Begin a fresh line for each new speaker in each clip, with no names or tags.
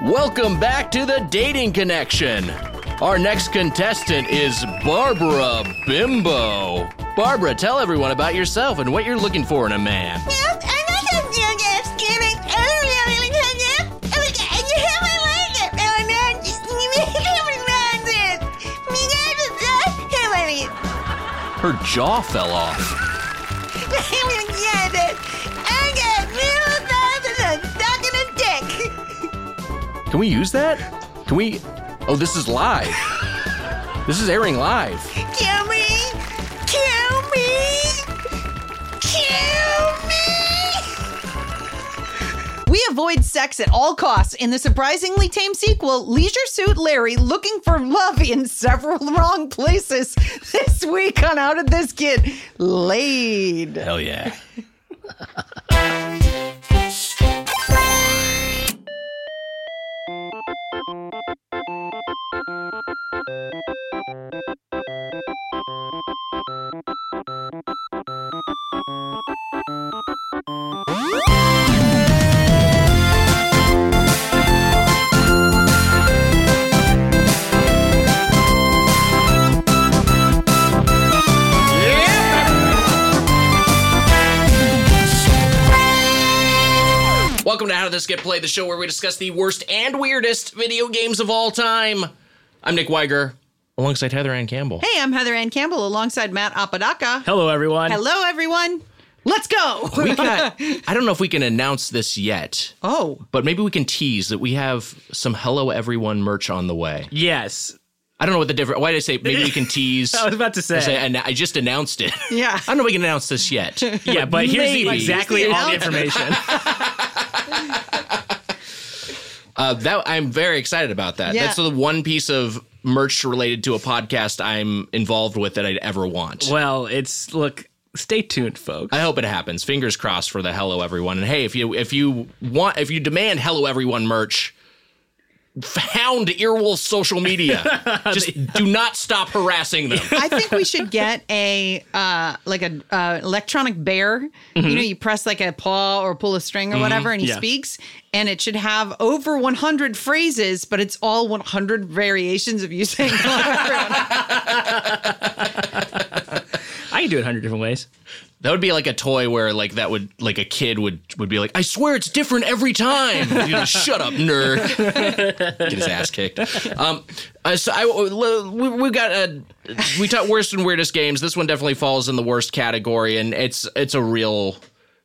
Welcome back to the Dating Connection. Our next contestant is Barbara Bimbo. Barbara, tell everyone about yourself and what you're looking for in a man. Her jaw fell off. Can we use that? Can we? Oh, this is live. This is airing live.
Kill me! Kill me! Kill me!
We avoid sex at all costs in the surprisingly tame sequel, Leisure Suit Larry Looking for Love in Several Wrong Places. This week on How Did This Get Laid?
Hell yeah. Welcome to How Did This Get Played, the show where we discuss the worst and weirdest video games of all time. I'm Nick Weiger, alongside Heather Ann Campbell.
Hey, I'm Heather Ann Campbell alongside Matt Apodaca.
Hello, everyone.
Hello, everyone. Let's go.
We got, I don't know if we can announce this yet,
oh,
but maybe we can tease that we have some Hello Everyone merch on the way.
Yes.
I don't know what the difference. Why did I say maybe we can tease?
I was about to say.
I, and I just announced it.
Yeah.
I don't know if we can announce this yet.
yeah, but here's the,
maybe.
exactly
Here's the
all the information.
Uh, that I'm very excited about that.
Yeah.
That's the one piece of merch related to a podcast I'm involved with that I'd ever want.
well, it's look. Stay tuned, folks.
I hope it happens. Fingers crossed for the hello everyone. And hey, if you if you want if you demand hello everyone merch, hound Earwolf's social media. Just do not stop harassing them.
I think we should get a uh, like a uh, electronic bear. You know, you press like a paw or pull a string or whatever, and he
yeah.
speaks. And it should have over 100 phrases, but it's all 100 variations of you saying hello, everyone.
I can do it a hundred different ways.
That would be like a toy where like that would like a kid would would be like, I swear it's different every time. You know, Shut up, nerd. Get his ass kicked. Um, uh, so I we, we've got a we taught worst and weirdest games. This one definitely falls in the worst category, and it's it's a real.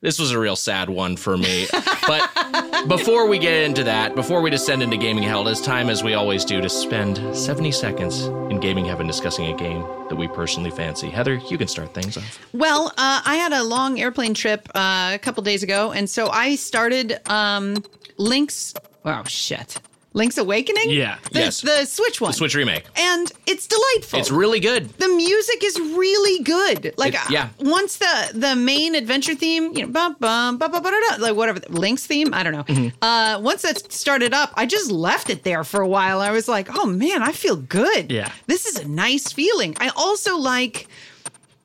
This was a real sad one for me. But before we get into that, before we descend into gaming hell, it is time, as we always do, to spend 70 seconds in gaming heaven discussing a game that we personally fancy. Heather, you can start things off.
Well, uh, I had a long airplane trip uh, a couple days ago, and so I started um, Link's. Oh shit, Link's Awakening.
Yeah.
the,
Yes.
the Switch one.
Switch remake.
and it's delightful.
It's really good.
the music is really good. Like
It- yeah.
uh, once the the main adventure theme, you know, bum bum bum bum bum, da, da, like whatever Link's theme, I don't know.
Mm-hmm.
Uh, once that started up, I just left it there for a while. I was like, oh man, I feel good.
Yeah.
this is a nice feeling. I also like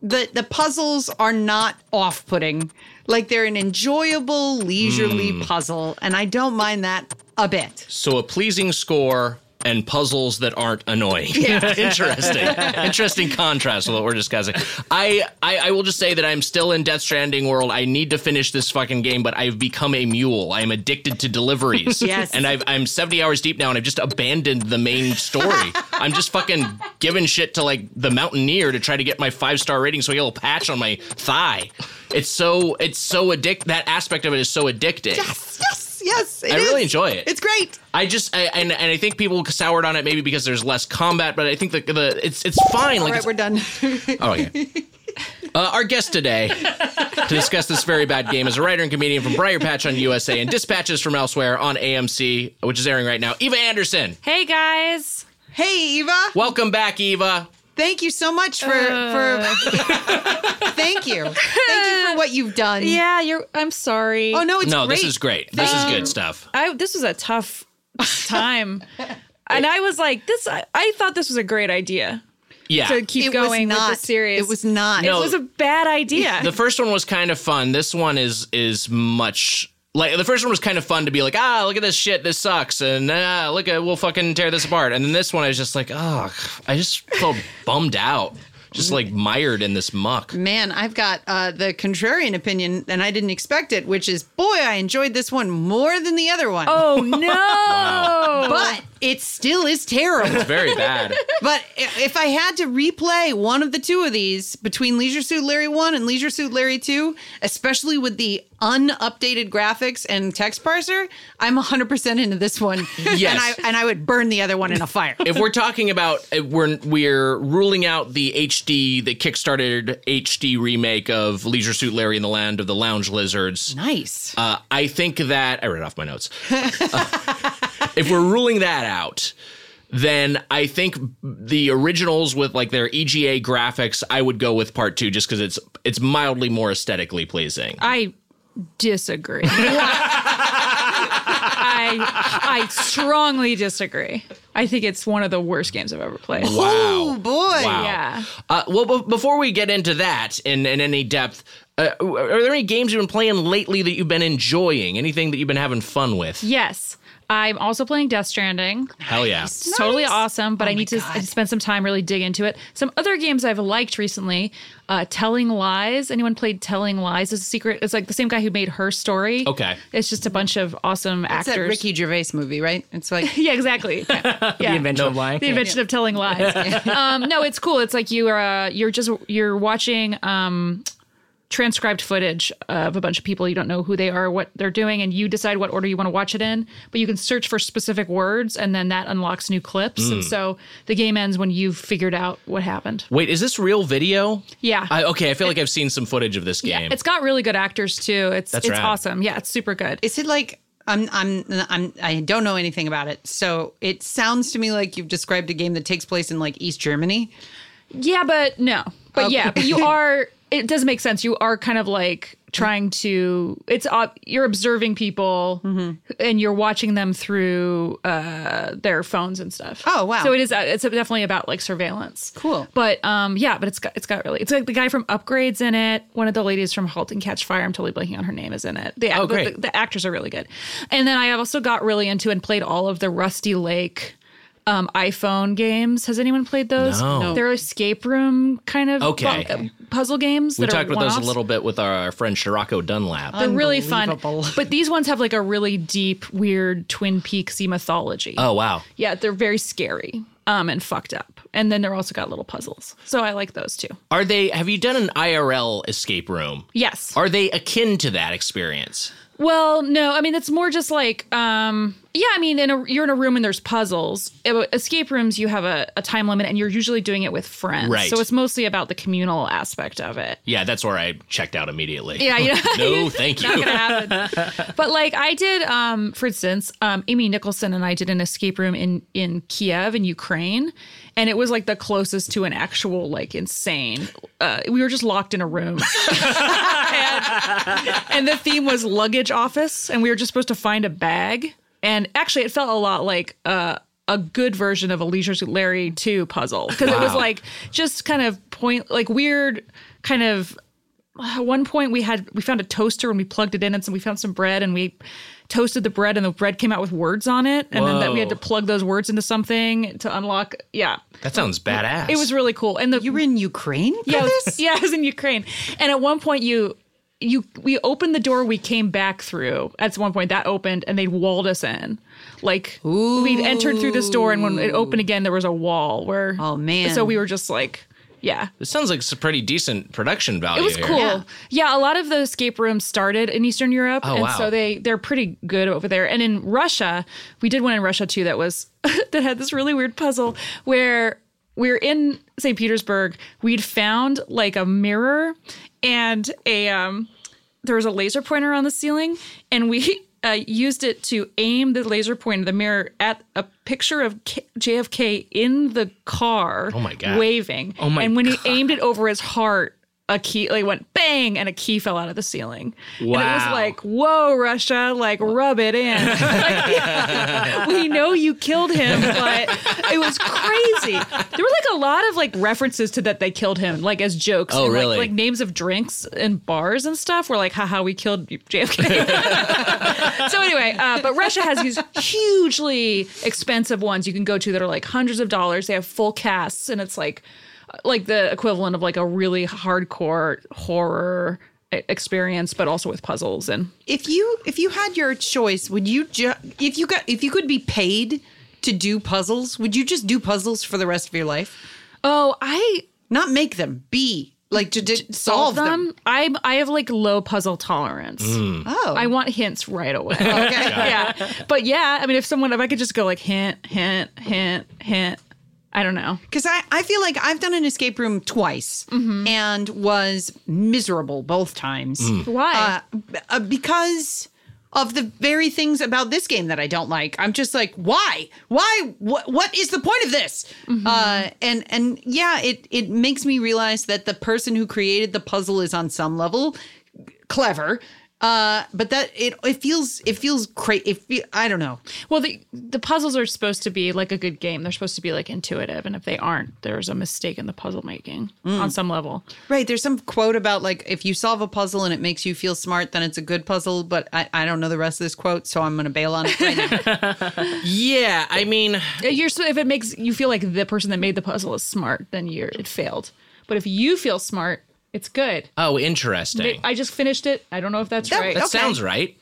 the the puzzles are not off putting. Like they're an enjoyable, leisurely
Mm.
puzzle, and I don't mind that a bit.
So a pleasing score and puzzles that aren't annoying. Interesting. Interesting contrast with what we're discussing. I, I I will just say that I'm still in Death Stranding world. I need to finish this fucking game, but I've become a mule. I am addicted to deliveries.
Yes.
And I've, I'm 70 hours deep now, and I've just abandoned the main story. I'm just fucking giving shit to like the mountaineer to try to get my five star rating, so I get a little patch on my thigh. It's so it's so addict. That aspect of it is so addicting.
Yes, yes, it
I really
is.
enjoy it.
It's great.
I just I, and and I think people soured on it maybe because there's less combat, but I think the the it's it's fine.
All
Like
right, we're done.
it's, oh yeah. Uh, our guest today to discuss this very bad game is a writer and comedian from Briar Patch on USA and Dispatches from Elsewhere on AMC, which is airing right now. Eva Anderson,
Hey guys.
hey, Eva.
welcome back, Eva.
Thank you so much for
Uh.
for thank you. Thank you for what you've done.
Yeah, you're I'm sorry.
Oh no, it's
no,
great.
this is great. This is good stuff.
I this was a tough time. and I was like, this I, I thought this was a great idea
Yeah.
to keep
It
going
was not
with the series.
It was not.
No.
it was a bad idea.
the first one was kind of fun. This one is is much like the first one was kind of fun to be like, ah, look at this shit, this sucks, and ah, look at we'll fucking tear this apart. And then this one, I was just like, oh, I just felt bummed out, just like mired in this muck.
Man, I've got uh, the contrarian opinion, and I didn't expect it, which is, boy, I enjoyed this one more than the other one.
Oh no!
But it still is terrible.
It's very bad.
but i- if I had to replay one of the two of these between Leisure Suit Larry 1 and Leisure Suit Larry 2, especially with the unupdated graphics and text parser, I'm 100% into this one.
Yes.
And I, and I would burn the other one in a fire.
if we're talking about uh, we're we're ruling out the HD the kickstarted HD remake of Leisure Suit Larry in the Land of the Lounge Lizards.
nice.
Uh, I think that I read off my notes. Uh, if we're ruling that out, then I think the originals with like their EGA graphics, I would go with part two just because it's it's mildly more aesthetically pleasing.
I disagree. I I strongly disagree. I think it's one of the worst games I've ever played.
Oh, boy.
Wow.
Yeah.
Uh, well, be- before we get into that in, in any depth, uh, are there any games you've been playing lately that you've been enjoying? Anything that you've been having fun with?
Yes. I'm also playing Death Stranding.
Hell yeah.
It's totally awesome, but I need to s- spend some time really dig into it. Some other games I've liked recently, uh, Telling Lies. Anyone played Telling Lies? It's a secret. It's like the same guy who made Her Story.
Okay.
It's just a bunch of awesome
It's
actors.
that Ricky Gervais movie, right? It's like,
Yeah, exactly. Yeah.
The invention of lying.
the invention of telling lies. um, no, it's cool. It's like you are uh, you're just you're watching um, transcribed footage of a bunch of people. You don't know who they are, what they're doing, and you decide what order you want to watch it in. But you can search for specific words, and then that unlocks new clips.
Mm.
And so the game ends when you've figured out what happened.
Wait, is this real video?
Yeah.
I, okay, I feel like I've seen some footage of this game.
It's got really good actors too. It's
That's
it's
rad.
awesome. Yeah, it's super good.
Is it like I'm I'm I'm I don't know anything about it. So it sounds to me like you've described a game that takes place in like East Germany.
Yeah, but no. But
Okay.
yeah, but you are. It does make sense. You are kind of like trying to. It's ob- you're observing people
Mm-hmm.
and you're watching them through uh, their phones and stuff.
Oh, wow.
So it is. uh, It's definitely about like surveillance.
Cool.
But um, yeah, but it's got it's got really. It's like the guy from Upgrades in it. One of the ladies from Halt and Catch Fire. I'm totally blanking on her name. Is in it. The,
Oh,
the-
great.
The, the actors are really good. And then I also got really into and played all of the Rusty Lake. Um, iPhone games. Has anyone played those?
No. No.
They're escape room kind of
Okay.
bu- uh, puzzle games.
we
that
talked
are
about those a
one-offs.
little bit with our friend Shirako Dunlap.
They're really fun,
Unbelievable.
but these ones have like a really deep, weird Twin Peaksy mythology.
oh wow.
Yeah, they're very scary um, and fucked up, and then they're also got little puzzles. So I like those too.
Are they have you done an IRL escape room?
Yes.
Are they akin to that experience?
Well, no, I mean it's more just like, um, yeah, I mean, in a, you're in a room and there's puzzles. Uh, Escape rooms, you have a, a time limit, and you're usually doing it with friends.
Right.
So it's mostly about the communal aspect of it.
Yeah, that's where I checked out immediately.
Yeah, yeah.
no, thank
not
you.
gonna happen. but like I did, um, for instance, um, Amy Nicholson and I did an escape room in in Kiev in Ukraine, and it was like the closest to an actual like insane. Uh, we were just locked in a room, and, and the theme was luggage office, and we were just supposed to find a bag. And actually, it felt a lot like. Uh, a good version of a Leisure Suit Larry 2 puzzle because it was like just kind of point like weird kind of at one point we had we found a toaster and we plugged it in and so we found some bread and we toasted the bread and the bread came out with words on it and then that we had
Whoa.
to plug those words into something to unlock yeah
That sounds badass.
it was really cool and the
You were in Ukraine for
yeah, it was-
this?
yeah, it was in Ukraine. And at one point, you you we opened the door, we came back through. At one point, that opened, and they walled us in. Like we entered through this door, and when it opened again, there was a wall where.
Oh, man.
So we were just like, yeah,
This sounds like some pretty decent production value.
it was
here.
cool.
Yeah.
Yeah. a lot of the escape rooms started in Eastern Europe,
Oh,
and
wow.
so they they're pretty good over there. And in Russia, we did one in Russia too that was that had this really weird puzzle where we're in St. Petersburg. We'd found like a mirror and a um there was a laser pointer on the ceiling, and we uh, used it to aim the laser pointer, the mirror, at a picture of K- JFK in the car. Oh
my God.
Waving. Oh
my
And when he aimed it over his heart, a key like went bang and a key fell out of the ceiling. And it was
Wow.
like, whoa, Russia, like rub it in. Like, yeah, we know you killed him, but it was crazy. There were like a lot of like references to that they killed him, like as jokes.
Oh,
and, like-
really?
Like, names of drinks and bars and stuff were like, haha, we killed JFK. so anyway, uh, but Russia has these hugely expensive ones you can go to that are like hundreds of dollars. They have full casts, and it's like like the equivalent of like a really hardcore horror e- experience, but also with puzzles and
If you if you had your choice, would you ju- if you got if you could be paid to do puzzles, would you just do puzzles for the rest of your life?
oh, I
Not make them, be like to, to solve them.
I'm I have like low puzzle tolerance.
Oh,
I want hints right away.
okay.
yeah, but yeah, I mean, if someone if I could just go like hint, hint, hint, hint. I don't know.
Because I, I feel like I've done an escape room twice and was miserable both times.
Why?
Uh, b- uh, because of the very things about this game that I don't like. I'm just like, why? Why? What? What is the point of this? Uh, and and yeah, it it makes me realize that the person who created the puzzle is on some level clever. Uh, but that it it feels it feels crazy. It fe- I don't know.
Well, the the puzzles are supposed to be like a good game. They're supposed to be like intuitive, and if they aren't, there's a mistake in the puzzle making
Mm.
on some level.
Right. There's some quote about like if you solve a puzzle and it makes you feel smart, then it's a good puzzle. But I, I don't know the rest of this quote, so I'm going to bail on it. Right now.
Yeah, I mean,
Uh, You're so if it makes you feel like the person that made the puzzle is smart, then you're it failed. But if you feel smart, it's good.
oh, interesting.
It- I just finished it. I don't know if that's
That-
right.
That
Okay.
sounds right.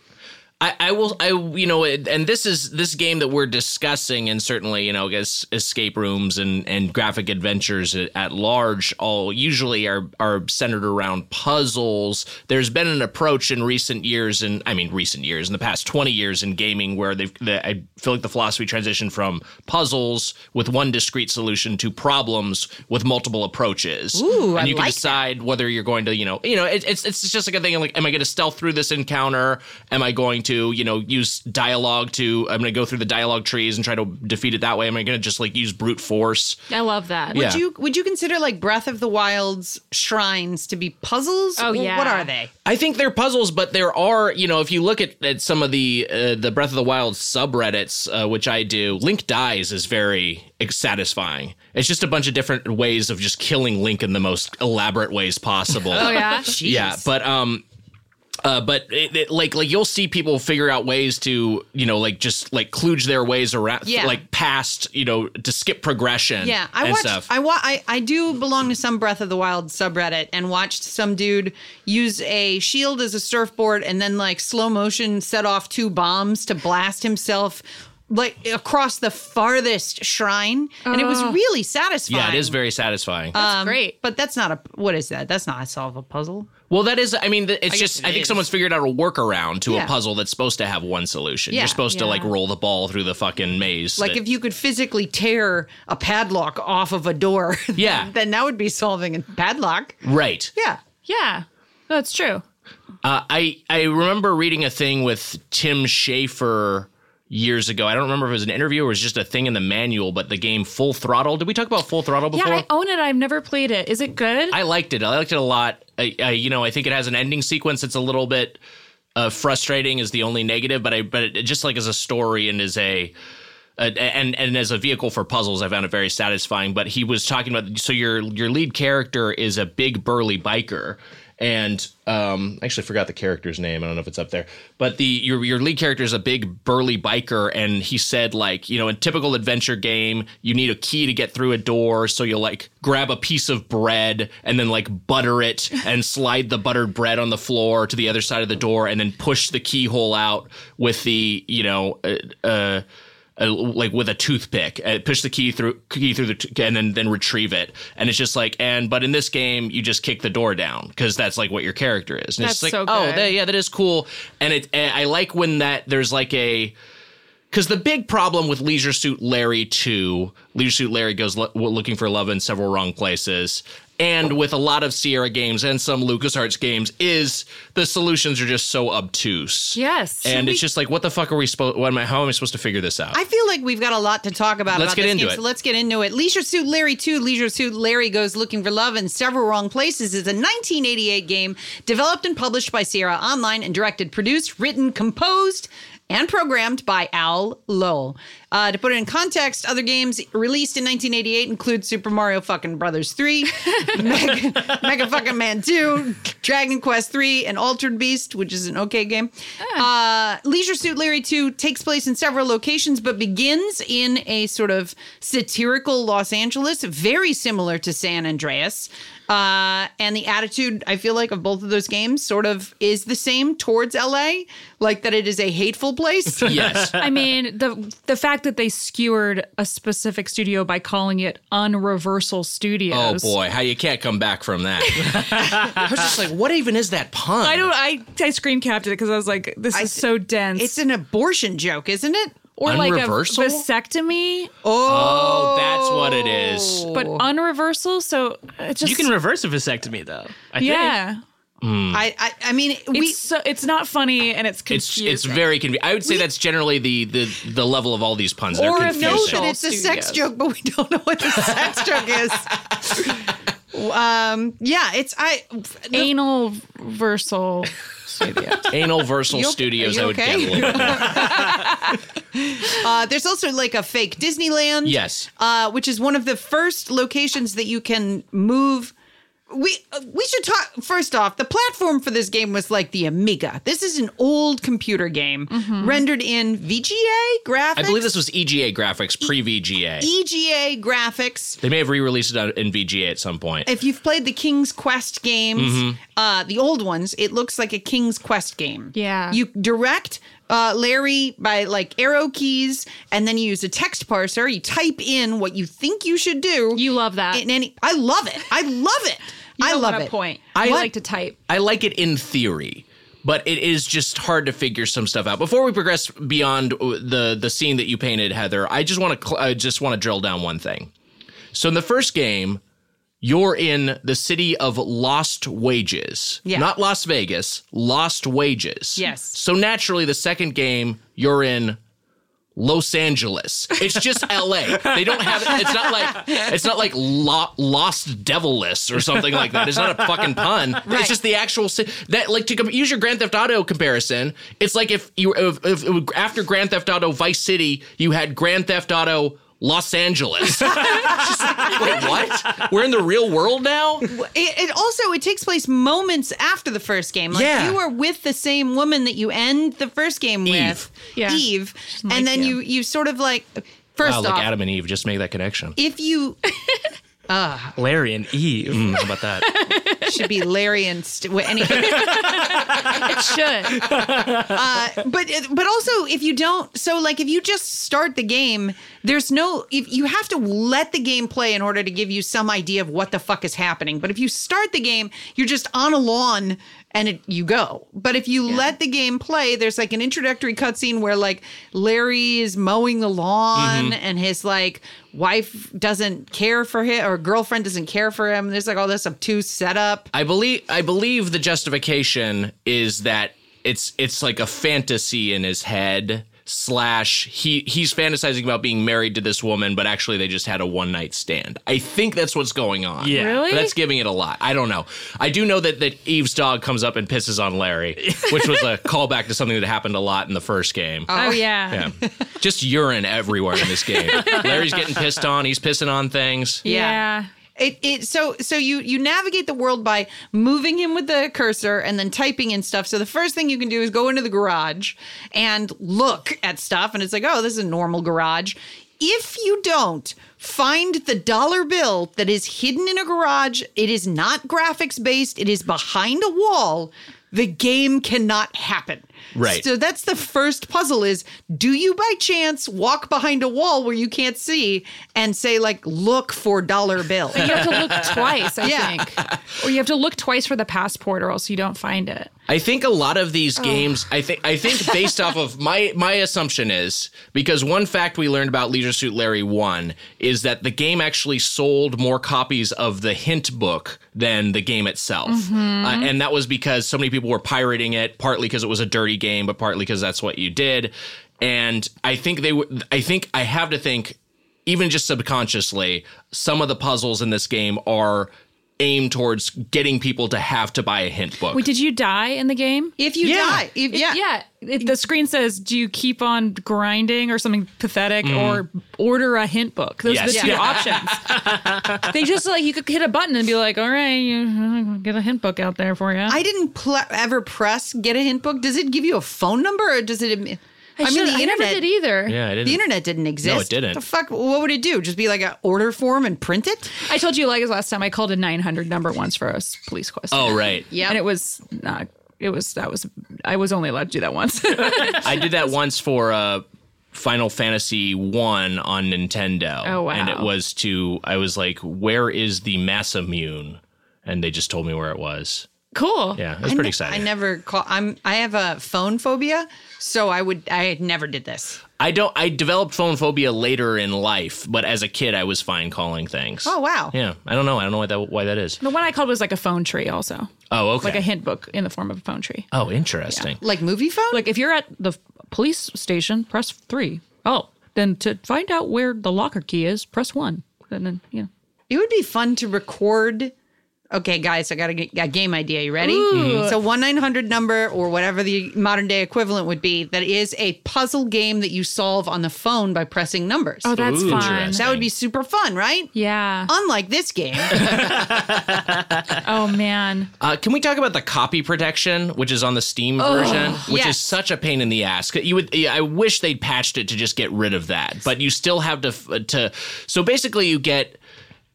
I, I will. I you know, it- and this is this game that we're discussing, and certainly you know, es- escape rooms and and graphic adventures at, at large all usually are are centered around puzzles. There's been an approach in recent years, and I mean recent years, in the past twenty years in gaming, where they've the, I feel like the philosophy transitioned from puzzles with one discrete solution to problems with multiple approaches.
Ooh,
and
I
you can
like
decide decide whether you're going to, you know, you know, it, it's it's just like a thing. of, Like, am I going to stealth through this encounter? Am I going to, you know, use dialogue to? I'm going to go through the dialogue trees and try to defeat it that way. Am I going to just like use brute force?
I love that.
Yeah.
Would you would you consider like Breath of the Wild's shrines to be puzzles?
Oh,
W-
yeah.
What are they?
I think they're puzzles, but there are, you know, if you look at, at some of the uh, the Breath of the Wild subreddits, uh, which I do, Link dies is very ex- satisfying. It's just a bunch of different ways of just killing Link in the most elaborate ways possible.
Oh yeah.
Yeah, but um, uh, but it, it, like like you'll see people figure out ways to you know like just like kludge their ways around
Yeah.
like past you know to skip progression.
Yeah, I
and
watched.
stuff.
I, wa- I I do belong to some Breath of the Wild subreddit and watched some dude use a shield as a surfboard and then like slow motion set off two bombs to blast himself like across the farthest shrine, and it was really satisfying.
yeah, it is very satisfying.
That's great.
But that's not a what is that? That's not a solve a puzzle.
well, that is. I mean, th- it's
guess
just.
it
I think
is.
someone's figured out a workaround to
Yeah.
a puzzle that's supposed to have one solution.
Yeah.
You're supposed to
Yeah.
like roll the ball through the fucking maze.
Like
that-
if you could physically tear a padlock off of a door, then-
Yeah.
then that would be solving a padlock.
right.
Yeah.
yeah. That's true.
Uh, I I remember reading a thing with Tim Schafer years ago. I don't remember if it was an interview or it was just a thing in the manual, but the game Full Throttle. Did we talk about Full Throttle
Yeah,
before?
I own it. I've never played it. Is it good?
I liked it. I liked it a lot. I, I, you know, I think it has an ending sequence that's a little bit uh, frustrating. Is the only negative, but I, but it, just like as a story and as a, a Uh, and and as a vehicle for puzzles, I found it very satisfying. But he was talking about so your your lead character is a big burly biker. And um, I actually forgot the character's name. I don't know if it's up there, but the your your lead character is a big burly biker, and he said like you know in typical adventure game you need a key to get through a door, so you'll like grab a piece of bread and then like butter it and slide the buttered bread on the floor to the other side of the door, and then push the keyhole out with the you know. Uh, uh, uh, like with a toothpick, uh, push the key through key through the t- and then then retrieve it. And it's just like and but in this game you just kick the door down because that's like what your character is. And it's
That's
just like
so
oh
good.
that, yeah that is cool. And it and I like when that there's like a because the big problem with Leisure Suit Larry 2, Leisure Suit Larry goes lo- looking for love in several wrong places. and with a lot of Sierra games and some LucasArts games is the solutions are just so obtuse. And
Yes. Should
it's
we-
just like what the fuck are we supposed what am I how am I supposed to figure this out?
I feel like we've got a lot to talk about.
Let's
about
get
this
into
game,
it.
So let's get into it. Leisure Suit Larry 2, Leisure Suit Larry Goes Looking for Love in Several Wrong Places is a 1988 game developed and published by Sierra Online and directed, produced, written, composed, and programmed by Al Lowell. Uh, to put it in context, other games released in 1988 include Super Mario fucking Brothers 3, Mega, Mega fucking Man 2, Dragon Quest 3, and Altered Beast, which is an okay game. Uh, Leisure Suit Larry 2 takes place in several locations, but begins in a sort of satirical Los Angeles, very similar to San Andreas. Uh, and the attitude, I feel like, of both of those games sort of is the same towards LA, like that it is a hateful place.
yes.
I mean, the the fact that they skewered a specific studio by calling it Unreversal
Oh
Studios.
boy, how you can't come back from that. I was just like, what even is that pun?
I don't. I I screen capped it because I was like, this is so dense.
it's an abortion joke, isn't it?
or like a
Unreversal?
vasectomy,
Oh, that's what it is.
but unreversal. So it's just
You can reverse a vasectomy though. I
yeah.
I, I, I mean,
It's
we.
so it's not funny and it's
It's
confusing.
it's very convenient. I would say that's generally the the the level of all these puns. They're
Or if
confusing.
no,
know
Facial
that it's a sex
studios.
joke, but we don't know what the sex joke is. um, yeah, it's I.
anal versal studio.
Anal Versal
You-
Studios.
are you
I would
okay?
get a little bit.
Uh, there's also like a fake Disneyland.
Yes.
uh, which is one of the first locations that you can move. We uh, we should talk first off. The platform for this game was like the Amiga. This is an old computer game rendered in VGA graphics.
Mm-hmm. I believe this was EGA graphics pre VGA.
EGA graphics.
they may have re-released it on, in VGA at some point.
if you've played the King's Quest games,
Mm-hmm.
uh, the old ones, it looks like a King's Quest game.
Yeah.
You direct uh, Larry by like arrow keys, and then you use a text parser. You type in what you think you should do.
You love that.
In any, I love it. I love it.
You
I
don't
love
want a
it.
Point.
I
I
like-
like to type.
I like it in theory, but it is just hard to figure some stuff out. Before we progress beyond uh, the the scene that you painted, Heather, I just want to cl- I just want to drill down one thing. So in the first game, you're in the city of lost wages,
Yeah.
not Las Vegas. Lost wages.
Yes.
So naturally, the second game you're in. Los Angeles. It's just LA. They don't have it's not like it's not like lo- Lost Devilus or something like that. It's not a fucking pun.
Right.
It's just the actual ci- that like to com- use your Grand Theft Auto comparison. It's like if you if, if it would- after Grand Theft Auto Vice City, you had Grand Theft Auto Los Angeles. It's just like, wait, what? We're in the real world now?
It, it also it takes place moments after the first game. Like
Yeah.
you are with the same woman that you end the first game with,
Yeah.
Eve,
like
and then
you.
you you sort of like first
Wow,
off,
like Oh, Adam and Eve just make that connection.
if you
think. Larry and Eve.
Mm.
How about that?
should be Larry and st- wh- any,
It should.
uh, but but also if you don't so like if you just start the game there's no if you have to let the game play in order to give you some idea of what the fuck is happening but if you start the game you're just on a lawn and it, you go but if you let the game play there's like an introductory cutscene where like larry is mowing the lawn and his like wife doesn't care for him or girlfriend doesn't care for him there's like all this obtuse setup
I believe I believe the justification is that it's it's like a fantasy in his head slash he he's fantasizing about being married to this woman but actually they just had a one night stand. I think that's what's going on.
Yeah.
Really?
But that's giving it a lot. I don't know. I do know that that Eve's dog comes up and pisses on Larry, which was a callback to something that happened a lot in the first game.
Oh yeah.
Yeah. Just urine everywhere in this game. Larry's getting pissed on, he's pissing on things.
Yeah.
It, it so so you you navigate the world by moving him with the cursor and then typing in stuff. So the first thing you can do is go into the garage and look at stuff, and it's like, oh, this is a normal garage. If you don't find the dollar bill that is hidden in a garage, it is not graphics based. It is behind a wall. The game cannot happen.
Right.
So that's the first puzzle is do you by chance walk behind a wall where you can't see and say like look for dollar bill?
You have to look twice, I
Yeah.
think. Or you have to look twice for the passport or else you don't find it.
I think a lot of these games. I think I think based off of my my assumption is because one fact we learned about Leisure Suit Larry one is that the game actually sold more copies of the hint book than the game itself, Uh, and that was because so many people were pirating it. Partly because it was a dirty game, but partly because that's what you did. And I think they. would. I think I have to think even just subconsciously, some of the puzzles in this game are aimed towards getting people to have to buy a hint book.
Wait, did you die in the game?
If you die, if, yeah.
Yeah. It, the screen says, "Do you keep on grinding or something pathetic, or order a hint book?" Those are
Mm. Yes.
the two options. they just like you could hit a button and be like, "All right, you uh, get a hint book out there for you."
I didn't pl- ever press get a hint book. Does it give you a phone number or does it? admi- I, mean, the
I never
internet.
did either.
Yeah, I didn't.
the internet didn't exist.
didn't.
The fuck? What would it do? Just be like an order form and print it?
I told you like last time I called a 900 number once for a s- police question.
Oh right,
yeah. And it was not. It was that was I was only allowed to do that once.
I did that once for uh, Final Fantasy One on Nintendo.
Oh, wow.
And it was to I was like, "Where is the Massamune?" And they just told me where it was.
cool.
Yeah, it was
I
pretty
ne-
exciting.
I never call. I'm. I have a phone phobia, so I would. I never did this.
I don't. I developed phone phobia later in life, but as a kid, I was fine calling things.
Oh wow.
Yeah, I don't know. I don't know why that why that is.
The one I called was like a phone tree, also
Oh, okay.
like a hint book in the form of a phone tree.
oh, interesting.
Like movie phone?
Like if you're at the police station, press three. Oh, then to find out where the locker key is, press one. And then you know.
it would be fun to record. Okay, guys, I got a, g- a game idea. You ready? Mm-hmm. So one nine hundred number or whatever the modern day equivalent would be. That is a puzzle game that you solve on the phone by pressing numbers.
Oh, that's
Ooh,
fun.
interesting.
that would be super fun, right?
yeah.
Unlike this game,
Oh man.
Uh, can we talk about the copy protection, which is on the Steam version, which
Oh, yes.
is such a pain in the ass? You would, yeah, I wish they'd patched it to just get rid of that, but you still have to f- uh, to. So basically, you get.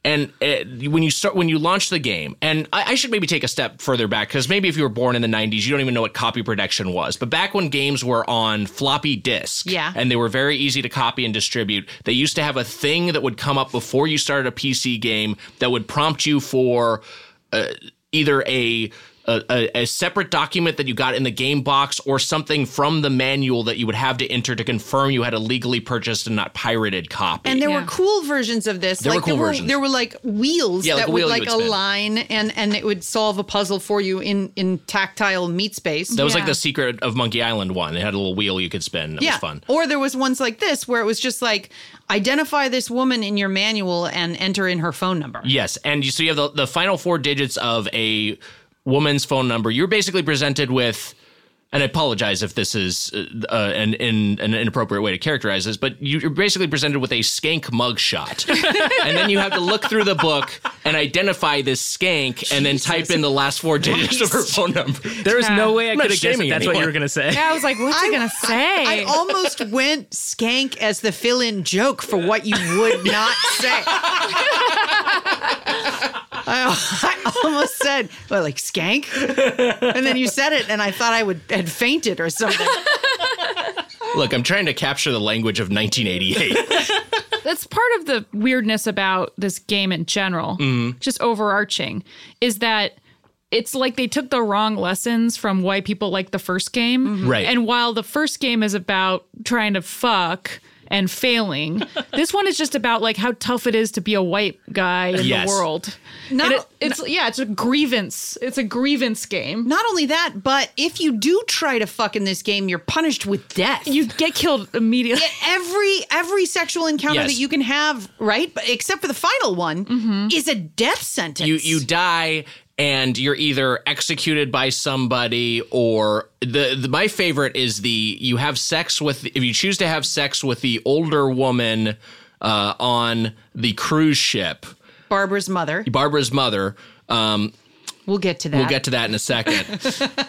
And uh, when you start, when you launch the game, and I, I should maybe take a step further back because maybe if you were born in the '90s, you don't even know what copy protection was. But back when games were on floppy disk,
Yeah.
and they were very easy to copy and distribute. They used to have a thing that would come up before you started a PC game that would prompt you for uh, either a a, a a separate document that you got in the game box or something from the manual that you would have to enter to confirm you had a legally purchased and not pirated copy.
and there
Yeah.
were cool versions of this.
There were
like
cool
there were
versions.
there were like wheels
Yeah, like
that
a wheel
would
you
like
would spin.
align and and it would solve a puzzle for you in in tactile meat space.
that was like
Yeah.
the secret of Monkey Island one. It had a little wheel you could spin. It was fun.
Or there was ones like this where it was just like identify this woman in your manual and enter in her phone number.
Yes, and you, so you have the, the final four digits of a woman's phone number. You're basically presented with, and I apologize if this is uh, uh, an, in, an inappropriate way to characterize this, but you- you're basically presented with a skank mugshot, and then you have to look through the book and identify this skank, and then type in the last four digits of her phone number.
There was no way I
I'm not
could have guessed
shaming
that that's what you
anyone.
were gonna say.
Yeah, I was like, what's he gonna say?
I almost went skank as the fill in joke for what you would not say. I, I almost said, well, like skank. And then you said it, and I thought I would had fainted or something.
Look, I'm trying to capture the language of 1988.
that's part of the weirdness about this game in general, just overarching, is that it's like they took the wrong lessons from why people like the first game.
Mm-hmm. Right.
And while the first game is about trying to fuck and failing, this one is just about like how tough it is to be a white guy in
Yes.
the world.
No,
And it- it's yeah, it's a grievance. It's a grievance game.
Not only that, but if you do try to fuck in this game, you're punished with death.
You get killed immediately.
every every sexual encounter
Yes.
that you can have, right? But except for the final one, is a death sentence.
you you die and you're either executed by somebody or the, the my favorite is the you have sex with if you choose to have sex with the older woman uh, on the cruise ship
Barbara's mother.
barbara's mother um,
We'll get to that.
we'll get to that in a second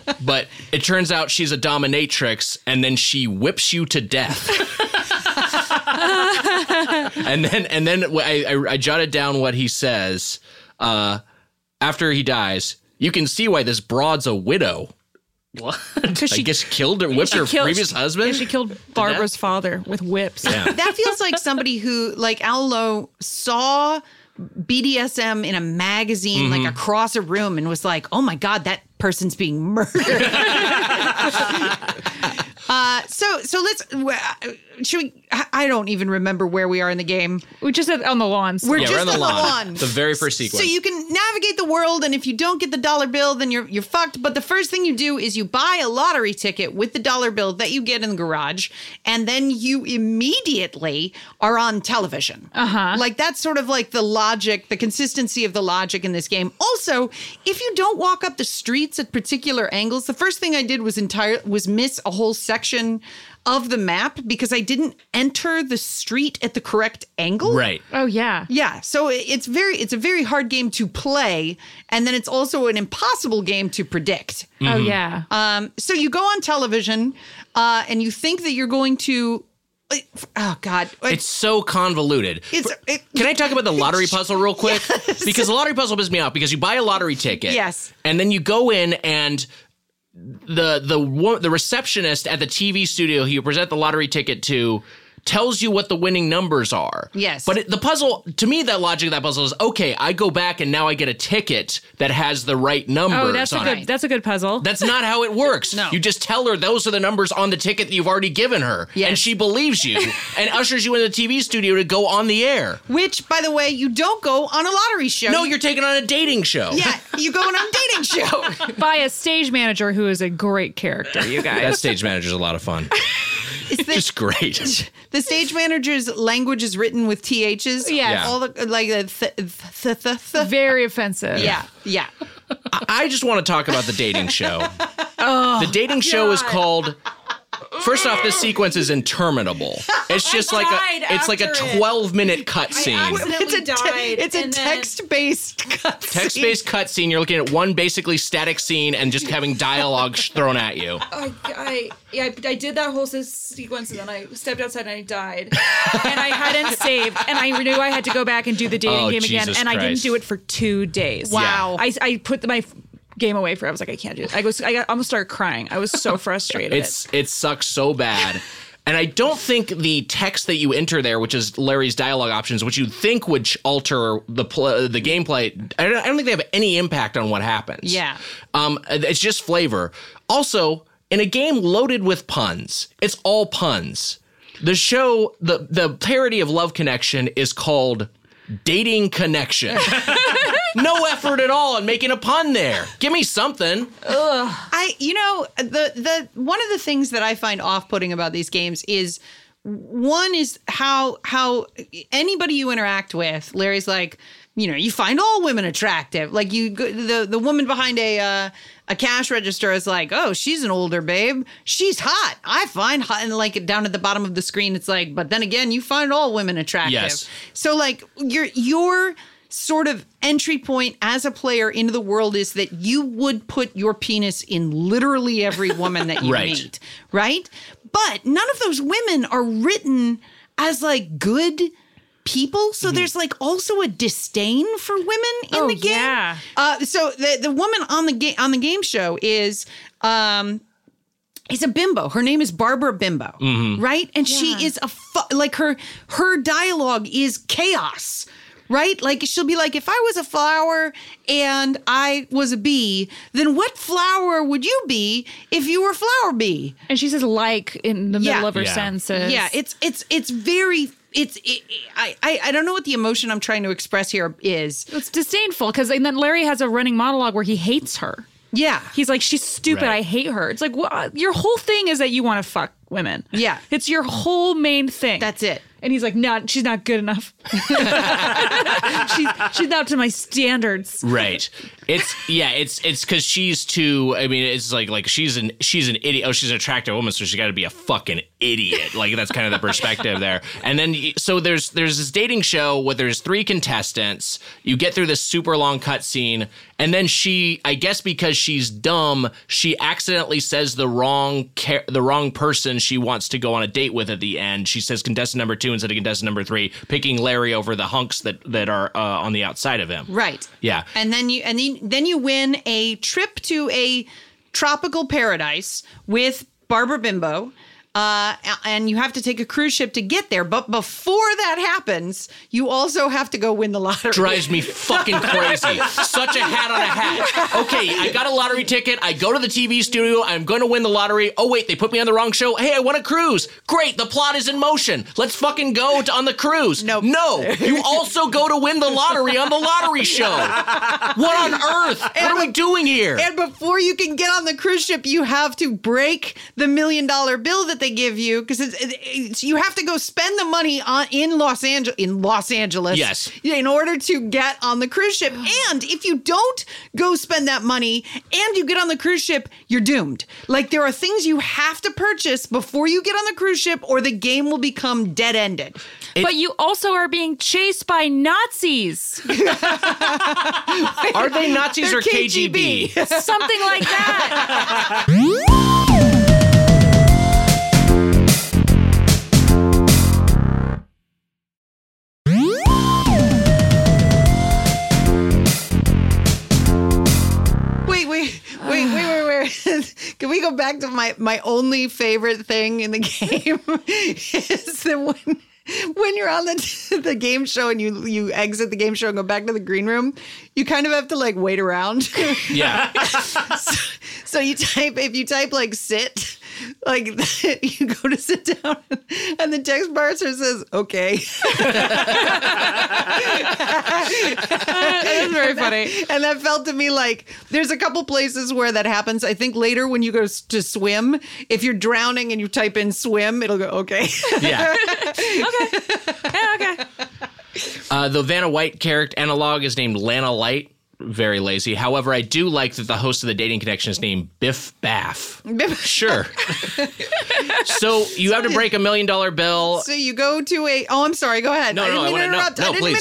but it turns out she's a dominatrix and then she whips you to death and then and then wh- I, I, I jotted down what he says uh, after he dies. You can see why this broad's a widow.
What?
because
I
she
guess killed her, whipped her
killed-
previous husband.
Yeah, she killed Barbara's father with whips.
Yeah.
That feels like somebody who, like Al Lowe, saw BDSM in a magazine,
Mm-hmm.
like across a room, and was like, "Oh my god, that person's being murdered." uh, so, so let's. w- uh, Should we? I- I don't even remember where we are in the game.
We just said on the lawn.
We're
Yeah,
just
we're on the lawn.
lawn.
The very first
So
sequence.
you can navigate the world, and if you don't get the dollar bill, then you're you're fucked. But the first thing you do is you buy a lottery ticket with the dollar bill that you get in the garage, and then you immediately are on television. Uh huh. Like that's sort of like the logic, the consistency of the logic in this game. Also, if you don't walk up the streets at particular angles, the first thing I did was entire was miss a whole section of the map because I didn't enter the street at the correct angle.
right.
oh yeah.
Yeah, so i- it's very it's a very hard game to play, and then it's also an impossible game to predict.
Oh
Mm-hmm.
yeah.
Um, so you go on television, uh, and you think that you're going to, oh god,
It's so convoluted.
It's- it-
Can I talk about the lottery puzzle real quick? Because the lottery puzzle pisses me off because you buy a lottery ticket.
Yes.
And then you go in and the the wo- the receptionist at the TV studio who you present the lottery ticket to tells you what the winning numbers are.
Yes.
But it, the puzzle to me that logic of that puzzle is okay, I go back and now I get a ticket that has the right numbers
Oh, that's a
on
good.
it.
That's a good puzzle.
That's not how it works.
No.
You just tell her those are the numbers on the ticket that you've already given her.
Yes.
And she believes you and ushers you into the TV studio to go on the air.
which by the way, you don't go on a lottery show.
No, you're taking on a dating show.
yeah, you go on a dating show.
by a stage manager who is a great character. You guys.
That stage manager's a lot of fun.
It's the,
Just great.
the stage manager's language is written with ths.
Yeah.
all the like the th- th- th- th-
Very offensive.
yeah, yeah.
I- I just want to talk about the dating show.
Oh,
the dating show is called. First off, this sequence is interminable. It's just like
died
a it's like a
after it.
12 minute cutscene.
accidentally
It's a,
died.
it's a
and then-
text-based cutscene.
Text based cutscene. You're looking at one basically static scene and just having dialogue sh- thrown at you.
I, I, yeah, I, I did that whole se- sequence and then I stepped outside and I died.
and I hadn't saved, and I knew I had to go back and do the dating
Oh,
game again,
Jesus
and I didn't
Christ.
do it for two days.
Wow.
I, I put my f- game away for. I was like, I can't do it. I was, I got, almost started crying. I was so frustrated.
It's it sucks so bad. And I don't think the text that you enter there, which is Larry's dialogue options, which you'd think would ch- alter the pl- the gameplay, I don't, I don't think they have any impact on what happens.
Yeah.
um, it's just flavor. Also, in a game loaded with puns, it's all puns. The show, the the parody of Love Connection is called Dating Connection. no effort at all in making a pun there. Give me something.
I you know the the one of the things that I find off-putting about these games is one is how how anybody you interact with Larry's like you know you find all women attractive like you go- the the woman behind a uh, a cash register is like oh she's an older babe she's hot I find hot and like down at the bottom of the screen it's like but then again you find all women attractive
Yes.
so like your your sort of entry point as a player into the world is that you would put your penis in literally every woman that you
Right.
meet, right? But none of those women are written as like good people. So there's like also a disdain for women in
Mm-hmm. Oh,
the game.
yeah.
Uh, so the the woman on the game on the game show is um is a bimbo. Her name is Barbara Bimbo, right? And she is a fu- like her her dialogue is chaos. Right? Like she'll be like if I was a flower and I was a bee, then what flower would you be if you were a flower bee?
and she says like in the middle
Yeah.
of her
Yeah.
sentences.
Yeah, it's it's it's very it's it, I, I I don't know what the emotion I'm trying to express here is.
it's disdainful because and then Larry has a running monologue where he hates her.
Yeah.
He's like, she's stupid.
Right.
I hate her. It's like, wha- your whole thing is that you want to fuck women.
Yeah.
It's your whole main thing.
That's it.
And he's like, no, she's not good enough. she's, she's not up to my standards.
Right. It's yeah. It's it's because she's too. I mean, it's like like she's an she's an idiot. Oh, she's an attractive woman, so she's got to be a fucking idiot. Like that's kind of the perspective there. And then y- so there's there's this dating show where there's three contestants. You get through this super long cutscene, and then she, I guess, because she's dumb, she accidentally says the wrong ca- the wrong person she wants to go on a date with at the end. She says contestant number two instead of contestant number three, picking Larry over the hunks that that are uh, on the outside of him.
Right.
Yeah.
And then you and then, then you win a trip to a tropical paradise with Barbara Bimbo. Uh, and you have to take a cruise ship to get there. But before that happens, you also have to go win the lottery.
drives me fucking crazy. Such a hat on a hat. Okay, I got a lottery ticket. I go to the TV studio. I'm going to win the lottery. Oh wait, they put me on the wrong show. Hey, I won a cruise. Great, the plot is in motion. Let's fucking go to, on the cruise. No,
Nope.
no, you also go to win the lottery on the lottery show. What on earth? What are we doing here?
And before you can get on the cruise ship, you have to break the million dollar bill that they give you because it's, it's you have to go spend the money on in Los Angeles in Los Angeles.
Yes.
in order to get on the cruise ship. And if you don't go spend that money and you get on the cruise ship, you're doomed. Like there are things you have to purchase before you get on the cruise ship, or the game will become dead ended.
but you also are being chased by Nazis,
Are they Nazis
They're
or KGB?
something like that.
Wait, wait, wait, wait, wait, wait. Can we go back to my my only favorite thing in the game? is that when when you're on the the game show and you you exit the game show and go back to the green room, you kind of have to like wait around.
Yeah.
so you type if you type like sit, like you go to sit down, and the text bar says okay.
That's very funny.
and that felt to me like there's a couple places where that happens. I think later when you go s- to swim, if you're drowning and you type in swim, it'll go okay.
Yeah.
Yeah, okay.
Uh, the Vanna White character analog is named Lana Light. Very lazy. However, I do like that the host of the Dating Connection is named Biff Baff. Sure. so you have to break a million dollar bill.
so you go to a oh, I'm sorry. Go ahead.
No,
I
no, I
didn't mean
wanna-
to
no,
interrupt.
no,
I didn't mean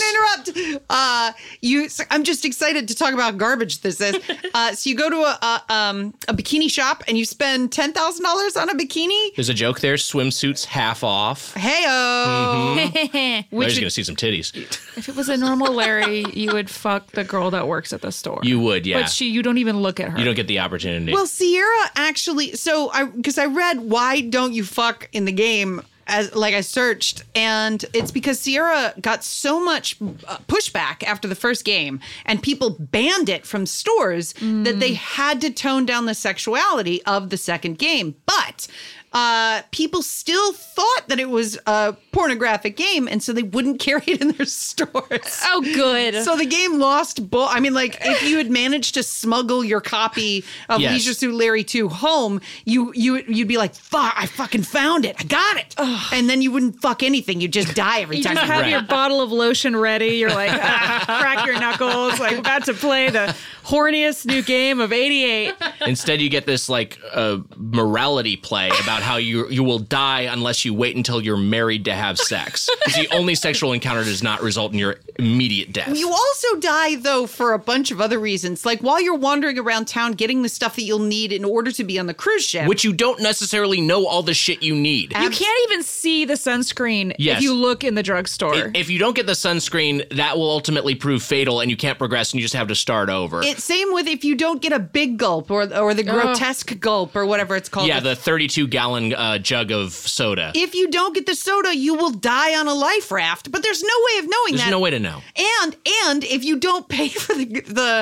to interrupt. Uh, you. so I'm just excited to talk about garbage. This is. uh, so you go to a, a um a bikini shop and you spend ten thousand dollars on a bikini.
There's a joke there. Swimsuits half off. Mm-hmm.
Heyo.
Larry's going to see some titties.
If it was a normal Larry, you would fuck the girl that works at the store.
You would, yeah.
But she, you don't even look at her.
you don't get the opportunity.
Well, Sierra actually. So I because I read why don't you fuck in the game as like I searched, and it's because Sierra got so much uh, pushback after the first game, and people banned it from stores that they had to tone down the sexuality of the second game, but. Uh, people still thought that it was a pornographic game, and so they wouldn't carry it in their stores.
oh, good.
So the game lost. Bo- I mean, like if you had managed to smuggle your copy of
Yes.
Leisure Suit Larry two home, you you you'd be like, "Fuck! I fucking found it! I got it!" And then you wouldn't fuck anything. You'd just die every
you
time.
just have
Right.
your bottle of lotion ready. You're like, ah, crack your knuckles. Like, about to play the horniest new game of 88.
Instead, you get this like uh, morality play about how you you will die unless you wait until you're married to have sex. the only sexual encounter does not result in your immediate death.
You also die though for a bunch of other reasons, like while you're wandering around town getting the stuff that you'll need in order to be on the cruise ship.
which you don't necessarily know all the shit you need.
You can't even see the sunscreen
Yes.
if you look in the drugstore.
If you don't get the sunscreen, that will ultimately prove fatal and you can't progress and you just have to start over.
It's same with if you don't get a big gulp or or the grotesque gulp or whatever it's called.
yeah, the 32 gallon uh, jug of soda.
if you don't get the soda, you will die on a life raft. But there's no way of knowing
There's
that.
no way to know.
And and if you don't pay for the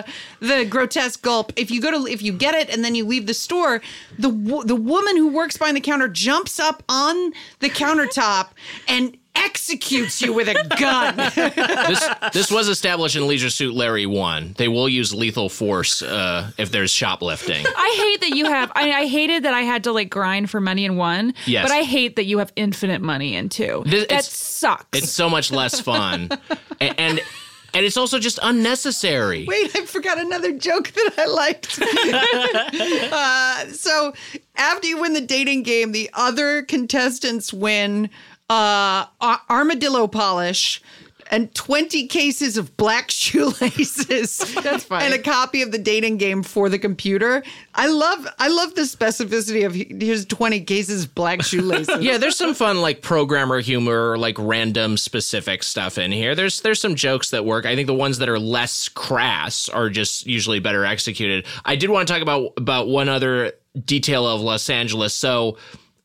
the the grotesque gulp, if you go to if you get it and then you leave the store, the wo- the woman who works behind the counter jumps up on the countertop and executes you with a gun.
This this was established in Leisure Suit Larry 1. They will use lethal force uh, if there's shoplifting.
I hate that you have. I, I hated that I had to like grind for money in one.
Yes.
But I hate that you have infinite money in two.
This-
that
it's-
sucks.
It's so much less fun. and, and and it's also just unnecessary.
Wait, I forgot another joke that I liked. uh, so after you win the dating game, the other contestants win uh, ar- armadillo polish. and 20 cases of black shoelaces. That's
fine.
And a copy of the dating game for the computer. I love I love the specificity of he- here's 20 cases of black shoelaces.
Yeah, there's some fun like programmer humor, or, like random specific stuff in here. There's there's some jokes that work. I think the ones that are less crass are just usually better executed. I did want to talk about about one other detail of Los Angeles. So,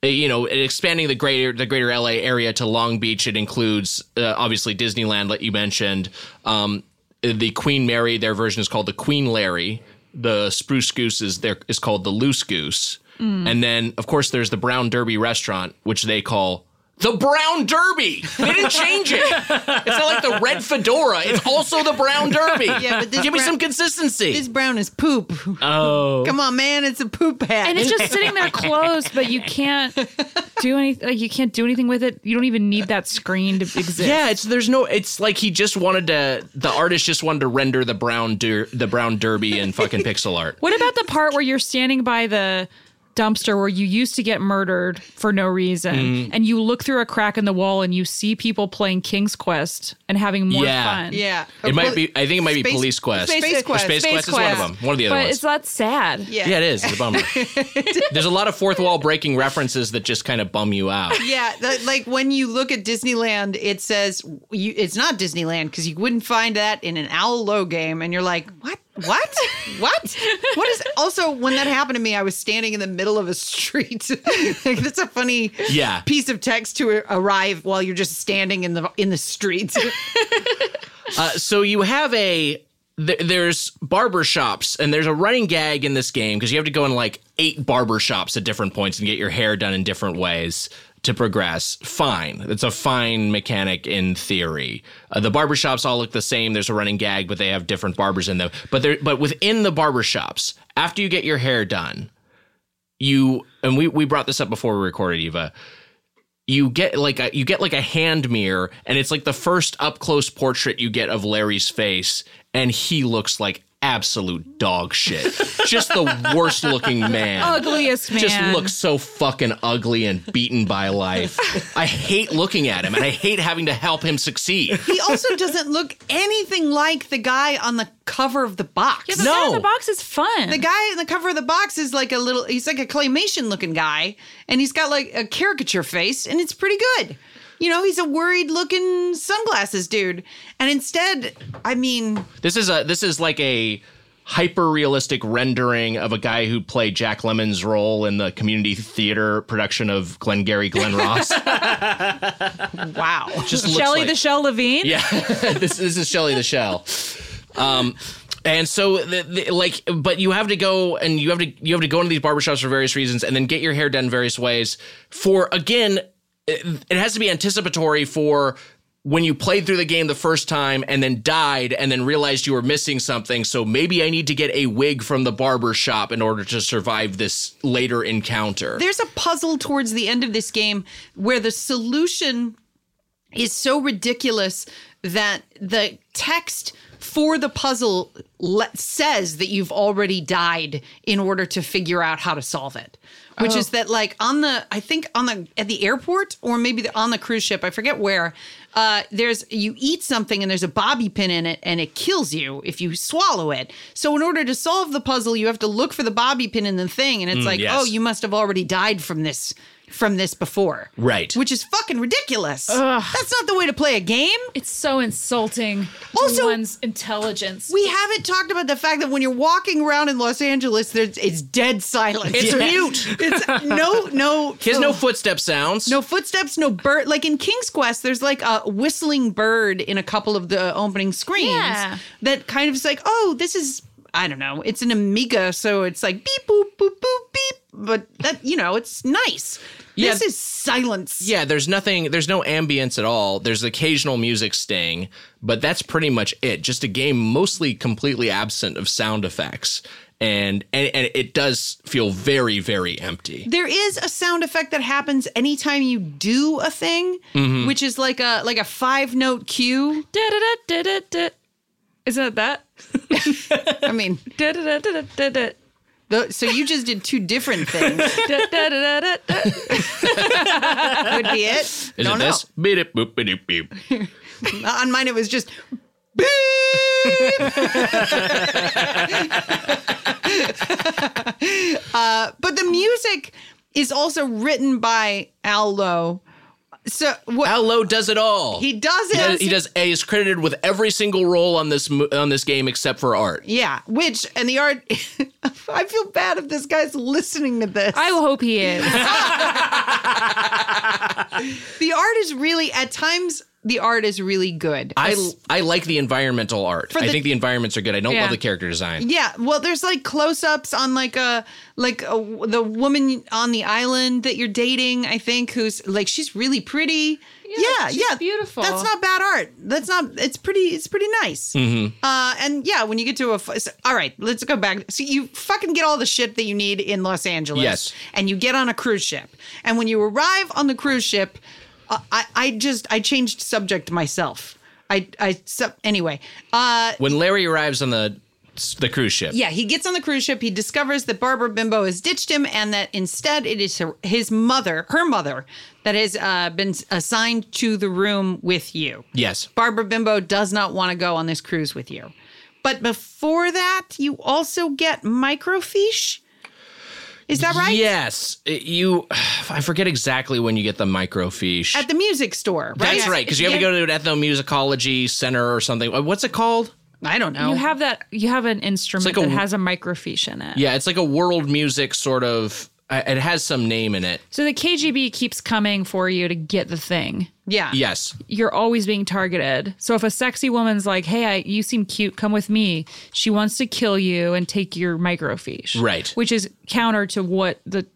uh, you know, expanding the greater the greater LA area to Long Beach, it includes uh, obviously Disneyland, like you mentioned. Um, the Queen Mary, their version is called the Queen Larry. The Spruce Goose is there is called the Loose Goose.
Mm.
And then, of course, there's the Brown Derby restaurant, which they call the Brown Derby. They didn't change it. It's not like the red fedora. It's also the Brown Derby.
Yeah, but this
Give me
brown-
some consistency.
This brown is poop.
Oh,
Come on, man, it's a poop hat.
and it's just sitting there closed, but you can't do anything. Like you can't do anything with it. You don't even need that screen to exist.
yeah, it's there's no. It's like he just wanted to. The artist just wanted to render the brown der, the brown derby in fucking pixel art.
What about the part where you're standing by the dumpster where you used to get murdered for no reason
Mm.
and you look through a crack in the wall and you see people playing King's Quest and having more
Yeah.
fun?
yeah.
It might be. I think it might be
Space-
Police Quest.
Space
Or
Quest.
Space,
Space
Quest, is one of
Quest.
them. One of the other
But
ones.
it's not sad.
Yeah.
yeah, it is. It's a bummer. There's a lot of fourth wall breaking references that just kind of bum you out.
Yeah, the, like when you look at Disneyland, it says you, it's not Disneyland because you wouldn't find that in an Owl Low game, and you're like, what, what, what, what is? Also, when that happened to me, I was standing in the middle of a street. like that's a funny
Yeah.
piece of text to arrive while you're just standing in the in the street.
Uh, so you have a th- there's barber shops and there's a running gag in this game because you have to go in like eight barber shops at different points and get your hair done in different ways to progress fine it's a fine mechanic in theory uh, the barber shops all look the same there's a running gag but they have different barbers in them but there but within the barber shops after you get your hair done you and we we brought this up before we recorded Eva. You get like a you get like a hand mirror, and it's like the first up close portrait you get of Larry's face, and he looks like absolute dog shit, just the worst looking man.
Ugliest man.
Just looks so fucking ugly and beaten by life. I hate looking at him, and I hate having to help him succeed.
he also doesn't look anything like the guy on the cover of the box.
The guy in
No.
the box is fun.
The guy in the cover of the box is like a little, he's like a claymation looking guy, and he's got like a caricature face, and it's pretty good. You know, he's a worried looking sunglasses dude. And instead, I mean,
This is a this is like a hyper realistic rendering of a guy who played Jack Lemon's role in the community theater production of Glengarry Glen Ross.
wow.
Just looks
Shelly
like-
the Shell Levine.
Yeah, this this is Shelly the Shell. Um, and so the, the, like, but you have to go and you have to you have to go into these barbershops for various reasons, and then get your hair done various ways. For again, it, it has to be anticipatory for. When you played through the game the first time and then died and then realized you were missing something, so maybe I need to get a wig from the barber shop in order to survive this later encounter.
There's a puzzle towards the end of this game where the solution is so ridiculous that the text for the puzzle le- says that you've already died in order to figure out how to solve it which is that like on the i think on the at the airport or maybe the, on the cruise ship i forget where uh, there's you eat something and there's a bobby pin in it and it kills you if you swallow it so in order to solve the puzzle you have to look for the bobby pin in the thing and it's like
yes.
oh you must have already died from this from this before
Right.
which is fucking ridiculous. That's not the way to play a game.
It's so insulting
Also-
to one's intelligence.
We haven't talked about the fact that when you're walking around in Los Angeles, there's it's dead silence.
It's
Yeah.
mute.
It's no no.
He has no footstep sounds.
No footsteps, no bird. Like in King's Quest, there's like a whistling bird in a couple of the opening screens
Yeah.
that kind of is like, oh, this is, I don't know, it's an Amiga. So it's like beep, boop, boop, boop, beep. But that, you know, it's nice.
Yeah.
This is silence.
Yeah, there's nothing, there's no ambience at all. There's occasional music sting, but that's pretty much it. Just a game mostly completely absent of sound effects. And, and and it does feel very very empty.
there is a sound effect that happens anytime you do a thing,
Mm-hmm.
which is like a like a five note cue.
Da-da-da-da-da-da. Isn't it that?
I mean,
Da-da-da-da-da-da.
Tho- So you just did two different things.
Da, da, da, da, da, da.
Would be it.
Is
Don't
it this? Beep, it, boop, beep, it, beep.
know. Uh, On mine, it was just. beep. uh, but the music is also written by Al Lowe. So what
Al Lowe does it all.
he does
He
it.
does, he does- A is credited with every single role on this mo- on this game except for art.
Yeah, which and the art. I feel bad if this guy's listening to this.
I hope he is.
the art is really at times the art is really good.
I I like the environmental art. I
the-
think the environments are good. I don't
Yeah.
love the character design.
Yeah, well, there's like close-ups on like a like a, the woman on the island that you're dating. I think who's like she's really pretty. Yeah, yeah,
she's beautiful.
That's not bad art. That's not. It's pretty. It's pretty nice. Uh, and yeah, when you get to a f- s- all right, let's go back. So you fucking get all the shit that you need in Los Angeles.
Yes.
and you get on a cruise ship. And when you arrive on the cruise ship, uh, I I just I changed subject myself. I I so, anyway. Uh,
When Larry arrives on the the cruise ship,
yeah, he gets on the cruise ship. He discovers that Barbara Bimbo has ditched him, and that instead it is her, his mother, her mother, that has uh, been assigned to the room with you.
Yes.
Barbara Bimbo does not want to go on this cruise with you. But before that, you also get microfiche. Is that right?
Yes, It- you. I forget exactly when you get the microfiche.
At the music store, right?
That's right, because you have to go to an ethnomusicology center or something. Uh, What's it called?
I don't know.
You have that. You have an instrument
Oh. like a-
that has a microfiche in it.
Yeah, it's like a world music sort of. uh, It has some name in it.
So the KGB keeps coming for you to get the thing.
yeah.
Yes,
You're always being targeted. So if a sexy woman's like, "Hey, I, you seem cute. Come with me," she wants to kill you and take your microfiche.
Right.
Which is counter to what the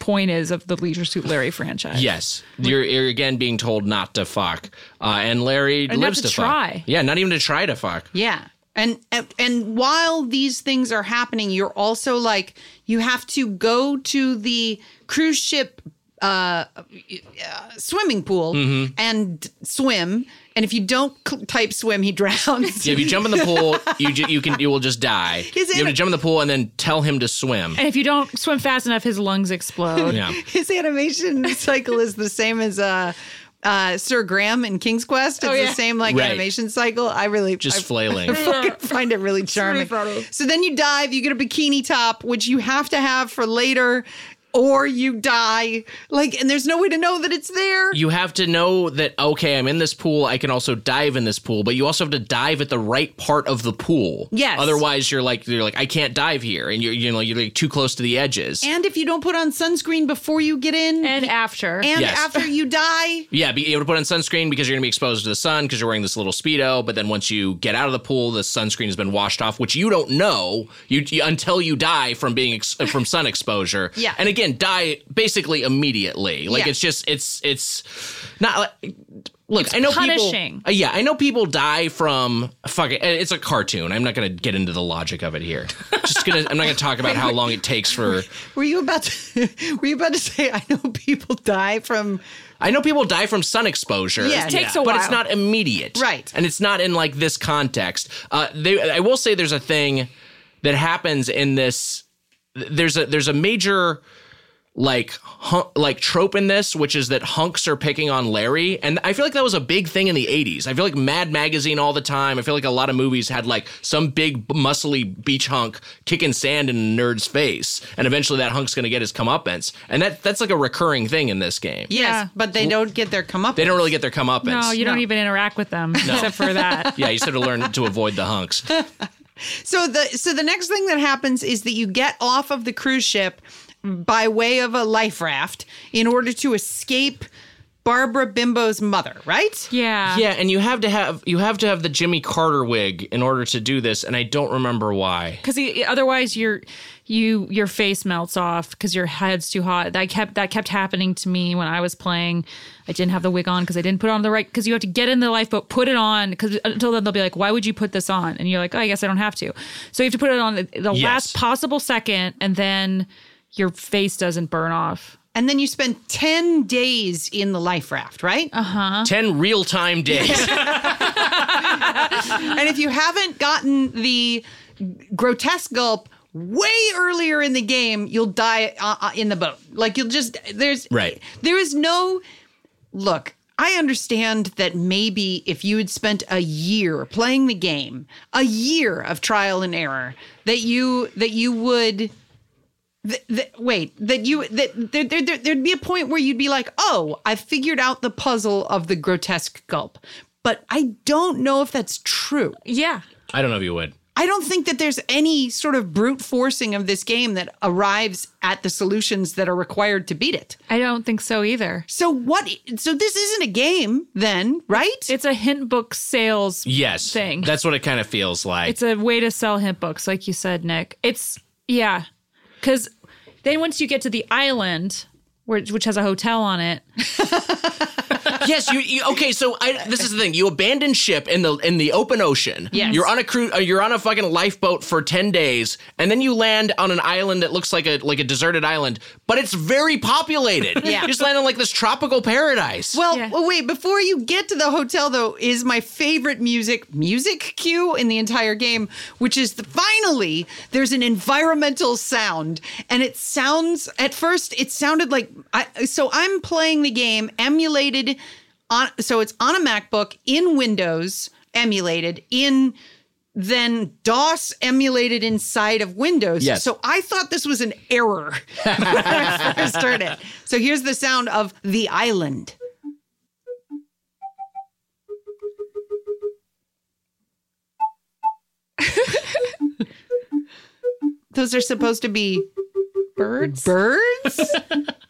point is of the Leisure Suit Larry franchise.
yes. You're, you're again being told not to fuck, uh, and Larry
And not
lives
to
fuck.
try.
Yeah, not even to try to fuck.
Yeah. And, and and while these things are happening, you're also like you have to go to the cruise ship uh, uh, swimming pool
Mm-hmm.
and swim. And if you don't cl- type swim, he drowns.
Yeah, if you jump in the pool, you ju- you can you will just die.
Is
you have
it-
to jump in the pool and then tell him to swim.
And if you don't swim fast enough, his lungs explode.
Yeah.
His animation cycle is the same as uh, uh, Sir Graham in King's Quest. It's
Oh, yeah.
the same like
Right.
animation cycle. I really
Just
I,
flailing.
fucking find it really charming.
funny.
so then you dive, you get a bikini top, which you have to have for later, or you die. Like, and there's no way to know that it's there.
You have to know that okay, I'm in this pool. I can also dive in this pool, but you also have to dive at the right part of the pool.
Yes.
Otherwise, you're like you're like I can't dive here, and you're you know you're like too close to the edges.
and if you don't put on sunscreen before you get in, and,
And after.
Yes.
after you die,
yeah, be able to put on sunscreen because you're gonna be exposed to the sun because you're wearing this little speedo. But then once you get out of the pool, the sunscreen has been washed off, which you don't know you, you- until you die from being ex- from sun exposure.
Yeah.
and again, die basically immediately. Like
Yeah.
it's just it's it's not like look. I know
punishing.
people. Uh, yeah, I know people die from fucking. It's a cartoon. I'm not gonna get into the logic of it here. just gonna. I'm not gonna talk about how long it takes for.
were you about to, were you about to say, I know people die from,
I know people die from sun exposure.
Yeah. It
takes a
but
while.
it's not immediate,
Right.
And it's not in like this context. Uh, they, I will say, there's a thing that happens in this. There's a there's a major like hun- like trope in this, which is that hunks are picking on Larry, and I feel like that was a big thing in the '80s. I feel like Mad Magazine all the time. I feel like a lot of movies had like some big muscly beach hunk kicking sand in a nerd's face, and eventually that hunk's going to get his comeuppance, and that that's like a recurring thing in this game.
yes, but they don't get their come up.
They don't really get their comeuppance.
no, you don't
No.
even interact with them except for that.
yeah, you sort of learn to avoid the hunks.
So the so the next thing that happens is that you get off of the cruise ship by way of a life raft in order to escape Barbara Bimbo's mother, right?
Yeah.
Yeah, and you have to have you have to have the Jimmy Carter wig in order to do this, and I don't remember why.
because otherwise your you your face melts off because your head's too hot. That kept that kept happening to me when I was playing. I didn't have the wig on because I didn't put it on the right because you have to get in the lifeboat, put it on because until then they'll be like, why would you put this on? And you're like, oh, I guess I don't have to. So you have to put it on the, the
Yes.
last possible second, and then your face doesn't burn off.
And then you spend 10 days in the life raft, right?
Ten real time days.
And if you haven't gotten the grotesque gulp way earlier in the game, you'll die uh, uh, in the boat. Like you'll just there's
Right.
There is no look. I understand that maybe if you had spent a year playing the game, a year of trial and error, that you that you would th- th- wait that you that there, there, there there'd be a point where you'd be like oh i've figured out the puzzle of the grotesque gulp but i don't know if that's true
Yeah.
I don't know if you would.
i don't think that there's any sort of brute forcing of this game that arrives at the solutions that are required to beat it
I don't think so either.
so what so this isn't a game then right
It's a hint book sales
Yes.
thing.
That's what it kind of feels like.
it's a way to sell hint books, like you said, Nick. It's yeah, because then once you get to the island, which, which has a hotel on it,
yes, you, you okay? So I, this is the thing: you abandon ship in the in the open ocean.
Yes.
you're on a cruise. Uh, you're on a fucking lifeboat for ten days, and then you land on an island that looks like a like a deserted island, but it's very populated.
Yeah.
you just land on like this tropical paradise.
Well,
Yeah.
well, wait, before you get to the hotel, though, is my favorite music music cue in the entire game, which is the, finally there's an environmental sound. And it sounds, at first, it sounded like. I, so I'm playing the game emulated on. So it's on a MacBook in Windows, emulated in then DOS emulated inside of Windows.
Yes.
So I thought this was an error when I first heard it. So here's the sound of the island. Those are supposed to be
birds.
birds?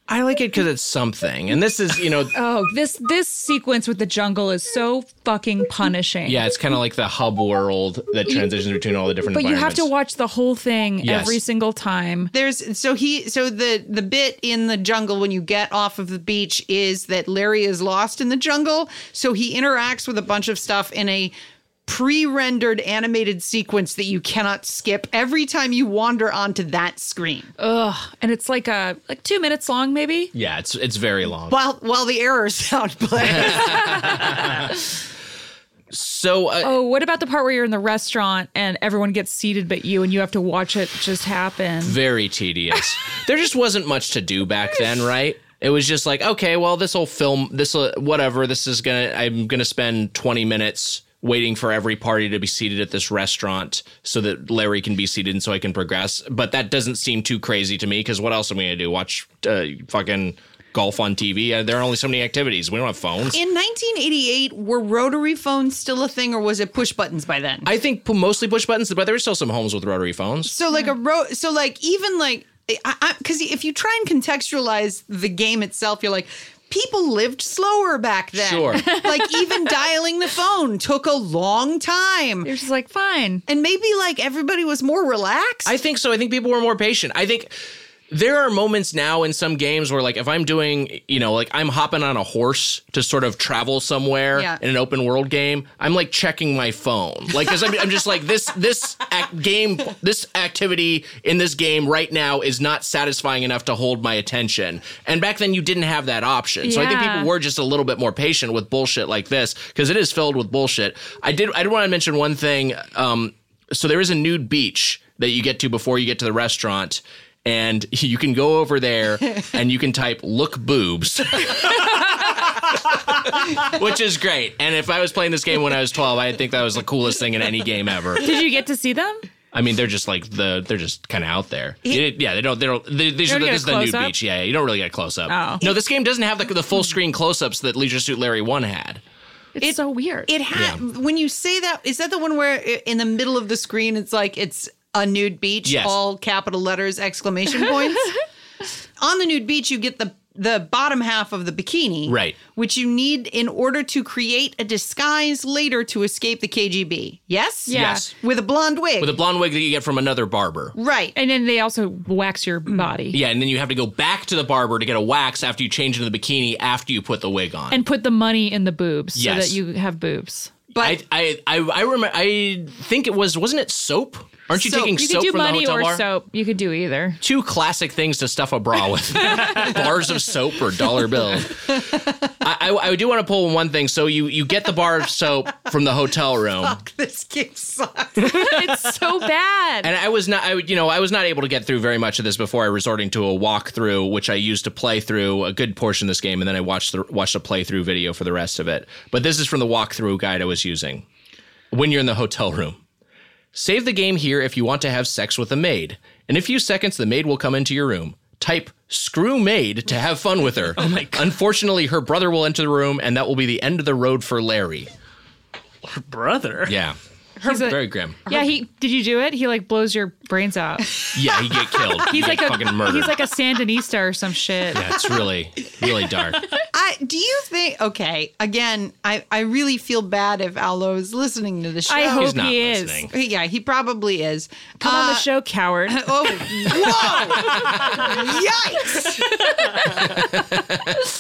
I like it because it's something, and this is you know.
oh, this this sequence with the jungle is so fucking punishing.
Yeah, it's kind of like the hub world that transitions between all the different.
But you have to
environments.
watch the whole thing
Yes.
every single time.
There's so he so the the bit in the jungle when you get off of the beach is that Larry is lost in the jungle, so he interacts with a bunch of stuff in a pre-rendered animated sequence that you cannot skip every time you wander onto that screen.
And it's like a like two minutes long, maybe.
Yeah, it's it's very long.
While while the error sound plays.
so uh,
Oh, what about the part where you're in the restaurant and everyone gets seated but you and you have to watch it just happen?
very tedious. there just wasn't much to do back then, right? It was just like, okay, well, this will film, this will, whatever, this is gonna, I'm gonna spend 20 minutes waiting for every party to be seated at this restaurant so that Larry can be seated and so I can progress. But that doesn't seem too crazy to me because what else am I gonna do? Watch uh, fucking golf on TV? Uh, there are only so many activities. We don't have phones.
In 1988, were rotary phones still a thing or was it push buttons by then?
I think p- mostly push buttons, but there were still some homes with rotary phones.
So like a ro- so like even like I because if you try and contextualize the game itself, you're like. People lived slower back then.
Sure.
like even dialing the phone took a long time.
You're just like, fine.
And maybe like everybody was more relaxed.
I think so. I think people were more patient. I think there are moments now in some games where, like, if I'm doing, you know, like I'm hopping on a horse to sort of travel somewhere
Yeah.
in an open world game, I'm like checking my phone, like, because I'm, I'm just like this this act game this activity in this game right now is not satisfying enough to hold my attention. And back then, you didn't have that option, so I think
Yeah.
people were just a little bit more patient with bullshit like this because it is filled with bullshit. I did I did want to mention one thing. Um, so there is a nude beach that you get to before you get to the restaurant. And you can go over there and you can type look boobs, which is great. And if I was playing this game when I was 12, I'd think that was the coolest thing in any game ever.
Did you get to see them?
I mean, they're just like the they're just kind of out there. You- yeah, they don't they don't they, these are
don't
the,
get a
this is the nude
close-up?
beach. Yeah, yeah, you don't really get a close up.
Oh.
No, this game doesn't have the, the full screen close ups that Leisure Suit Larry One had.
It's so weird.
it had when you say that is that the one where i- in the middle of the screen it's like it's a nude beach
Yes.
all capital letters exclamation points. On the nude beach you get the the bottom half of the bikini.
Right.
Which you need in order to create a disguise later to escape the KGB. Yes?
Yeah.
Yes,
With a blonde wig.
with a blonde wig that you get from another barber.
right.
And then they also wax your
Mm.
body
Yeah, and then you have to go back to the barber to get a wax after you change into the bikini after you put the wig on.
and put the money in the boobs
Yes.
so that you have boobs.
but
I I I, I remember I think it was wasn't it soap Aren't you
Soap.
taking
you
soap
could do
from
money
the hotel bar?
or soap. You could do either.
Two classic things to stuff a bra with: bars of soap or dollar bill. I, I, I do want to pull one thing. So you you get the bar of soap from the hotel room.
this game sucks.
it's so bad.
And I was not, I would, you know, I was not able to get through very much of this before I resorting to a walkthrough, which I used to play through a good portion of this game, and then I watched the watched a playthrough video for the rest of it. But this is from the walkthrough guide I was using. When you're in the hotel room, save the game here if you want to have sex with a maid. In a few seconds, the maid will come into your room. Type "screw maid" to have fun with her. Oh my god! Unfortunately, her brother will enter the room, and that will be the end of the road for Larry.
brother.
Yeah,
He's a-
very grim.
yeah, he did you do it? He like blows your brains out.
Yeah, he get killed.
He's like a
fucking murdered.
he's like a Sandinista or some shit.
Yeah, it's really, really dark.
I do you think okay, again, I, I really feel bad if Allo is listening to the show.
I hope
He's not
he is.
listening.
yeah, he probably is.
Come on
Uh,
the show, coward.
Oh, whoa! Yikes!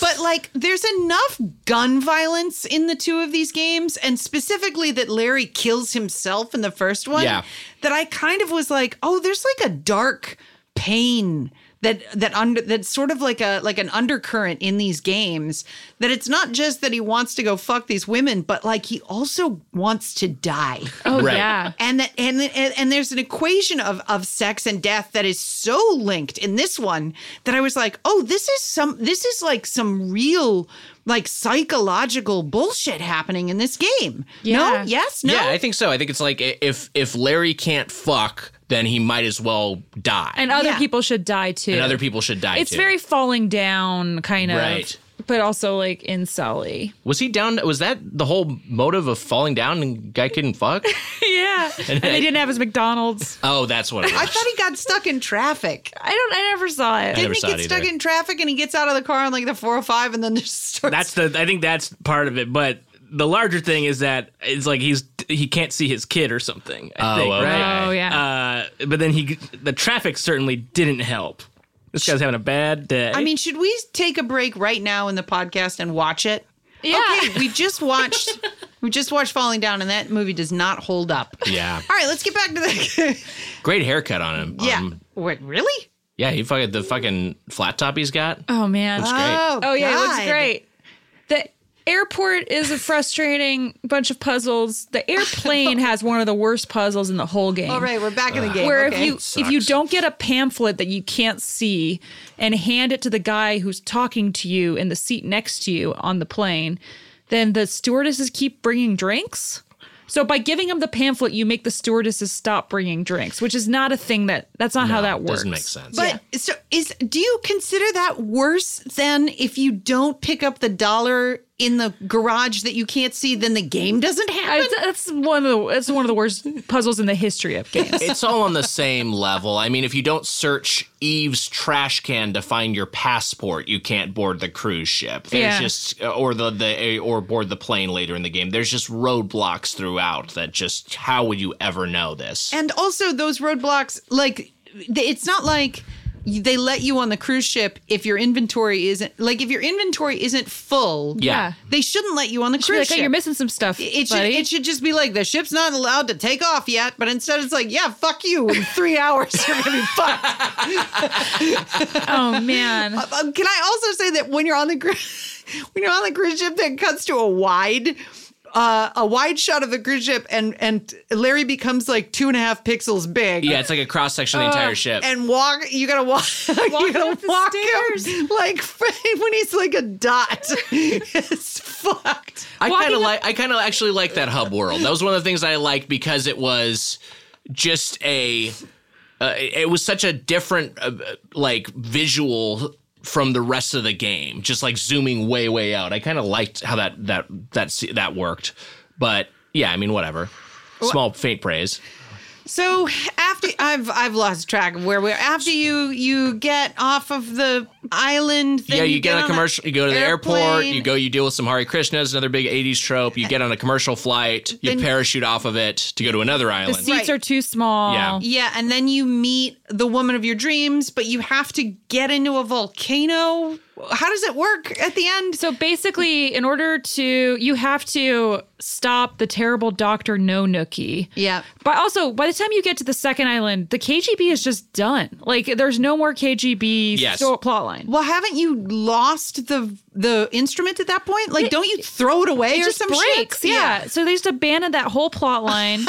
but like, there's enough gun violence in the two of these games, and specifically that Larry kills himself in the first one.
Yeah.
That I kind of was like, oh, there's like a dark pain. That that under that's sort of like a like an undercurrent in these games that it's not just that he wants to go fuck these women but like he also wants to die
oh
Right.
yeah.
and that and, and and there's an equation of of sex and death that is so linked in this one that I was like, oh, this is some this is like some real like psychological bullshit happening in this game. No,
Yeah.
yes, no.
Yeah, I think so. I think it's like i- if if Larry can't fuck, then he might as well die, and,
And other
Yeah.
people should die too.
other people should die
It's
too.
very falling down kind of
Right.
but also like in Sully.
was he down? Was that the whole motive of falling down and guy couldn't fuck?
yeah. And they didn't have his McDonald's.
oh, that's what it
I
was.
thought he got stuck in traffic.
I don't I never saw it.
never
Didn't he
saw
get
it
stuck
either.
in traffic and he gets out of the car on like the 405 and then just starts
That's the. I think that's part of it, but. The larger thing is that it's like he's he can't see his kid or something. I
Oh,
think,
okay.
right?
Oh yeah.
Uh, but then he, the traffic certainly didn't help. This guy's having a bad day.
I mean, should we take a break right now in the podcast and watch it?
Yeah.
Okay, we just watched we just watched Falling Down and that movie does not hold up.
yeah,
All right, let's get back to the
great haircut on him.
Yeah.
Um,
Wait, really?
yeah, he fucking the fucking flat top he's got.
oh man.
Great.
Oh yeah, it
God.
looks great. The airport is a frustrating bunch of puzzles. The airplane has one of the worst puzzles in the whole game.
All right, we're back
Uh,
in the game.
Where
okay.
if you if you don't get a pamphlet that you can't see and hand it to the guy who's talking to you in the seat next to you on the plane, then the stewardesses keep bringing drinks. So by giving them the pamphlet, you make the stewardesses stop bringing drinks, which is not a thing that that's not how that works.
Doesn't make sense.
But so is do you consider that worse than if you don't pick up the dollar in the garage that you can't see, then the game doesn't
I,
happen?
that's one of the that's one of the worst puzzles in the history of games.
it's all on the same level. I mean, if you don't search Eve's trash can to find your passport, you can't board the cruise ship. There's
Yeah.
just uh, or the the or board the plane later in the game. There's just roadblocks throughout that just how would you ever know this?
and also those roadblocks, like they- it's not like they let you on the cruise ship if your inventory isn't like if your inventory isn't full.
yeah.
They shouldn't let you on the
Be
cruise
like, "Hey,
ship.
you're missing some stuff.
It should,
buddy."
it should just be like the ship's not allowed to take off yet, but instead it's like, yeah, fuck you. In three hours, you're going to be fucked.
oh man.
Um, can I also say that when you're on the cruise, when you're on the cruise ship, that cuts to a wide, uh, a wide shot of the cruise ship, and and Larry becomes like two and a half pixels big.
Yeah, it's like a cross section of the
uh,
entire ship.
And walk, you gotta walk, you
Walk
gotta
up the
walk him like when he's like a dot. it's fucked.
I
Walking
kind of
up-
like I kind of actually like that hub world. That was one of the things I liked because it was just a uh, it it was such a different uh, uh, like visual from the rest of the game. Just like zooming way way out. I kind of liked how that that that se- that worked. But yeah, I mean whatever. Small faint praise.
So after I've I've lost track of where we're after you you get off of the island thing.
yeah, you, get, on a
the
commercial. You go to the airport.
airplane.
You go. You deal with some Hare Krishnas, another big '80s trope. You get on a commercial flight. You
Then-
parachute off of it to go to another
The
island.
seats
Right.
are too small.
Yeah.
Yeah, and then you meet the woman of your dreams, but you have to get into a volcano. How does it work at the end?
So basically, in order to, you have to stop the terrible Dr. No Nookie.
Yeah.
But also, by the time you get to the second island, the KGB is just done. Like, there's no more KGB
Yes.
sto- plot line.
Well, haven't you lost the the instrument at that point? Like, don't you throw it away
It
or
just
some
breaks,
shit?
yeah. So they just abandoned that whole plot line,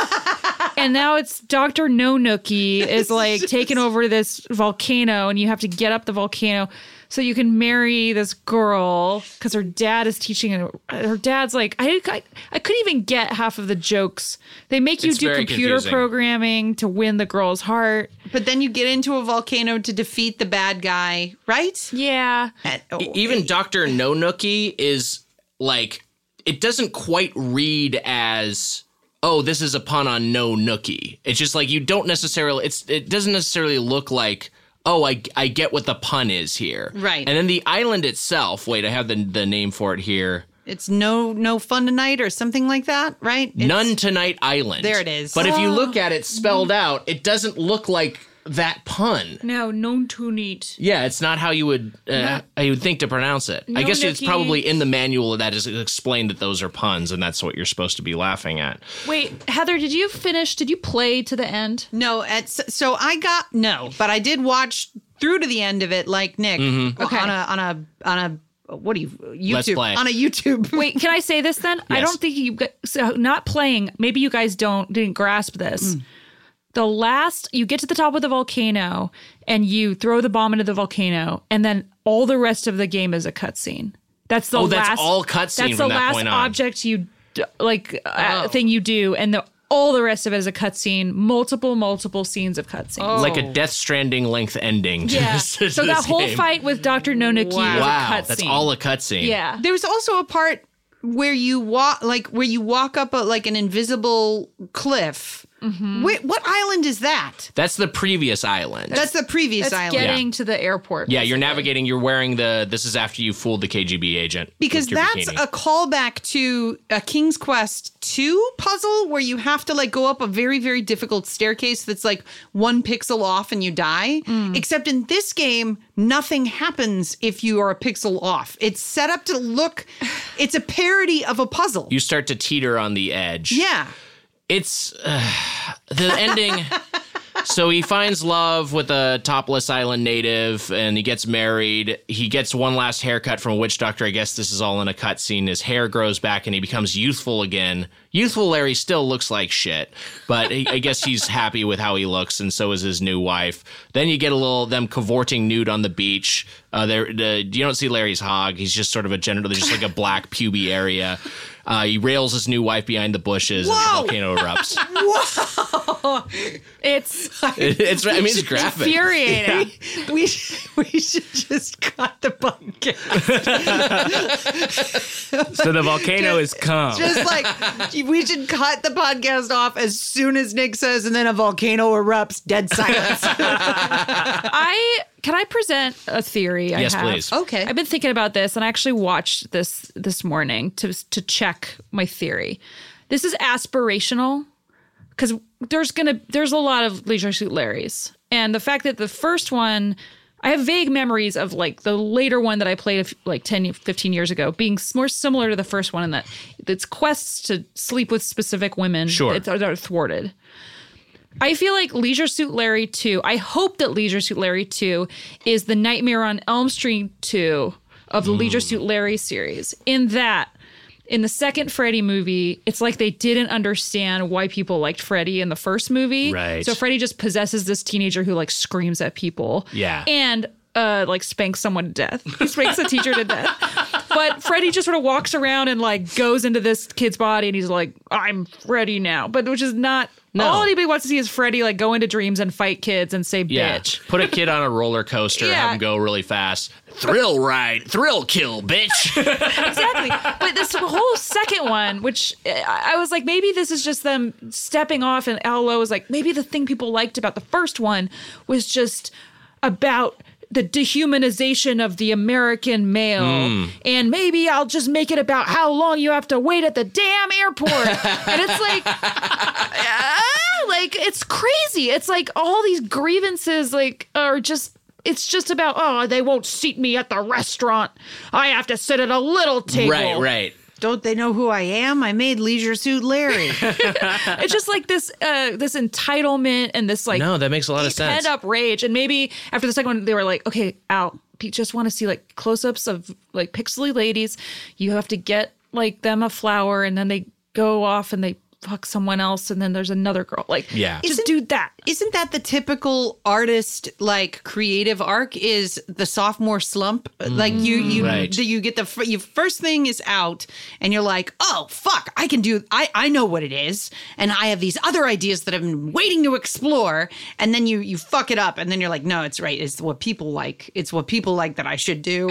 and now it's Doctor No Nookie is like taking over this volcano, and you have to get up the volcano so you can marry this girl because her dad is teaching. Her, her dad's like, I, I, I couldn't even get half of the jokes. They make you
It's
do
very
computer
confusing.
programming to win the girl's heart.
But then you get into a volcano to defeat the bad guy, right?
Yeah,
And- oh,
E-, Even Doctor No Nookie is like it doesn't quite read as oh this is a pun on No Nookie. It's just like you don't necessarily it's it doesn't necessarily look like oh I I get what the pun is here.
Right.
And then the island itself. Wait, I have the the name for it here.
it's no no fun tonight or something like that, right? It's-
None Tonight Island.
There it is. Ah.
But if you look at it spelled out, it doesn't look like that pun.
no, known to neat.
Yeah, it's not how you would uh, I would think to pronounce it. I
No,
guess it's
Nikki.
probably in the manual that is explained that those are puns and that's what you're supposed to be laughing at.
Wait, Heather, did you finish? Did you play to the end?
No, at s- so I got no, but I did watch through to the end of it, like Nick
Okay.
on a on a on a what do you YouTube
Let's play.
on a YouTube.
Wait, can I say this then? I
Yes.
don't think you gu- so not playing. Maybe you guys don't didn't grasp this.
Mm.
The last you get to the top of the volcano and you throw the bomb into the volcano, and then all the rest of the game is a cutscene. That's the
Oh,
last.
that's all cutscene
That's the
from that
last
point on. Oh.
object you d- like uh, thing you do, and the all the rest of it is a cutscene. Multiple multiple scenes of cutscenes.
Like a Death Stranding length ending. To
Oh. Yeah.
this, to
so that
Oh. this
whole
game.
fight with Doctor Nonaki is a
Wow,
cutscene.
that's all a cutscene.
Yeah.
There was also a part where you walk like where you walk up a like an invisible cliff.
Mm-hmm.
Wait, what island is that?
That's the previous island.
That's the previous
That's
island.
getting to the airport.
yeah, you're navigating, you're wearing the this is after you fooled the KGB agent. with
because
your
that's
bikini.
a callback to a King's Quest 2 puzzle where you have to like go up a very very difficult staircase that's like one pixel off and you die. Except in this game nothing happens if you are a pixel off. It's set up to look it's a parody of a puzzle.
you start to teeter on the edge.
yeah.
it's uh, the ending. so he finds love with a topless island native, and he gets married. He gets one last haircut from a witch doctor. I guess this is all in a cutscene. His hair grows back, and he becomes youthful again. Youthful Larry still looks like shit, but he, I guess he's happy with how he looks, and so is his new wife. Then you get a little them cavorting nude on the beach. Uh, there, the, you don't see Larry's hog. He's just sort of a genital. There's just like a black puby area. Uh, he rails his new wife behind the bushes,
Whoa!
and the volcano erupts.
It's
It- it's I mean it's graphic.
infuriating.
We sh- we should just cut the podcast.
So the volcano is calm.
Just like we should cut the podcast off as soon as Nick says and then a volcano erupts, dead silence.
I can I present a theory?
Yes,
I have?
please.
Okay.
I've been thinking about this, and I actually watched this this morning to to check my theory. This is aspirational because there's gonna there's a lot of Leisure Suit Larrys, and the fact that the first one. I have vague memories of like the later one that I played a f- like 10, 15 years ago being s- more similar to the first one in that it's quests to sleep with specific women
Sure.
that that are thwarted. I feel like Leisure Suit Larry 2, I hope that Leisure Suit Larry 2 is the Nightmare on Elm Street 2 of the Leisure Suit Larry series. In that, in the second Freddy movie, it's like they didn't understand why people liked Freddy in the first movie.
Right.
So Freddy just possesses this teenager who like screams at people.
Yeah.
And uh, like spanks someone to death. He spanks a teacher to death. But Freddy just sort of walks around and like goes into this kid's body and he's like, I'm Freddy now. But which is not all anybody wants to see is Freddy like go into dreams and fight kids and say
Yeah.
bitch.
Put a kid on a roller coaster,
Yeah.
have him go really fast. Thrill ride, thrill kill, bitch.
exactly. But this whole second one, which I I was like, maybe this is just them stepping off, and Allo was like, maybe the thing people liked about the first one was just about the dehumanization of the American male.
Hmm.
And maybe I'll just make it about how long you have to wait at the damn airport. and it's like, ah, like it's crazy. It's like all these grievances, like, are just. It's just about oh they won't seat me at the restaurant. I have to sit at a little table.
Right, right.
Don't they know who I am? I made Leisure Suit Larry.
It's just like this uh this entitlement and this like
No, that makes a lot of sense.
pent up rage. And maybe after the second one, they were like, okay, out. Just want to see like close ups of like pixely ladies. You have to get like them a flower, and then they go off and they fuck someone else, and then there's another girl. Like,
Yeah.
just
Isn't-
do that.
Isn't that the typical artist like creative arc is the sophomore slump? Like you you
Mm, Right.
the, you get the fir- you first thing is out and you're like, "Oh fuck, I can do I I know what it is and I have these other ideas that I've been waiting to explore." And then you you fuck it up and then you're like, "No, it's right. It's what people like. It's what people like that I should do."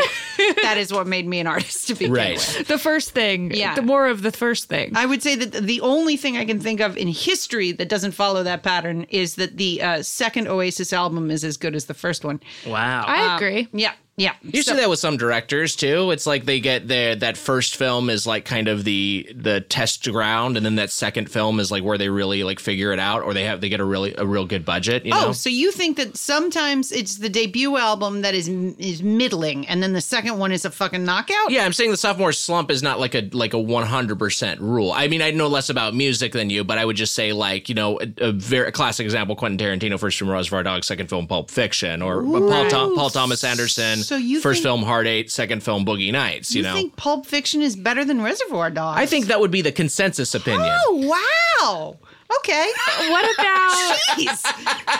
that is what made me an artist to begin
Right.
with.
The first thing,
Yeah.
The more of the first thing.
I would say that the only thing I can think of in history that doesn't follow that pattern is that the uh, second Oasis album is as good as the first one.
Wow.
I agree.
Yeah, yeah.
You see that with some directors too. It's like they get their that first film is like kind of the the test ground, and then that second film is like where they really like figure it out, or they have they get a really a real good budget. You
Oh,
know?
so you think that sometimes it's the debut album that is is middling, and then the second one is a fucking knockout?
Yeah, I'm saying the sophomore slump is not like a like a 100% rule. I mean, I know less about music than you, but I would just say like, you know, a, a very a classic example Quentin Tarantino first film Reservoir Dogs, second film Pulp Fiction or Paul, Thom- Paul Thomas Anderson
So you
first
think-
film Heart 8, second film Boogie Nights, you,
You
know.
think Pulp Fiction is better than Reservoir Dogs?
I think that would be the consensus opinion.
Oh wow. Okay.
What about?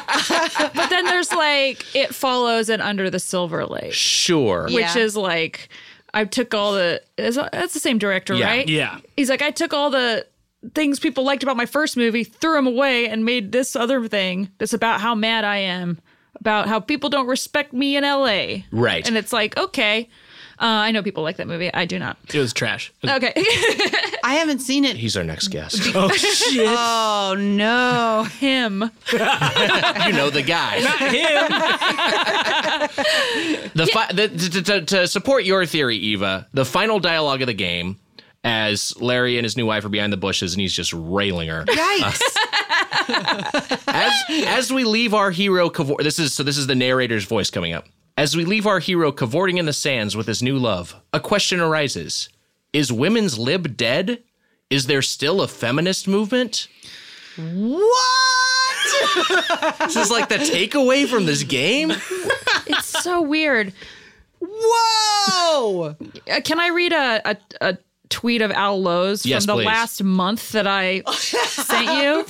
Jeez.
but then there's like it follows and under the silver lake.
Sure.
Yeah.
which is like I took all the is- that's the same director,
Yeah.
right?
Yeah.
He's like I took all the things people liked about my first movie, threw them away and made this other thing that's about how mad I am about how people don't respect me in LA.
Right.
And it's like, okay, uh, I know people like that movie. I do not.
It was trash.
Okay.
I haven't seen it.
He's our next guest.
Oh shit.
Uh.
Oh no.
Him.
you know the guy.
Him.
the, fi- the to, to, to support your theory, Eva, the final dialogue of the game, as Larry and his new wife are behind the bushes, and he's just railing her.
Yikes.
As as we leave our hero, cavor- this is so. This is the narrator's voice coming up. As we leave our hero cavorting in the sands with his new love, a question arises: Is women's lib dead? Is there still a feminist movement?
what?
This is like the takeaway from this game.
It's so weird.
Whoa.
Uh, can I read a, a, a tweet of Al Lowe's
Yes,
from the
please.
last month that I sent you?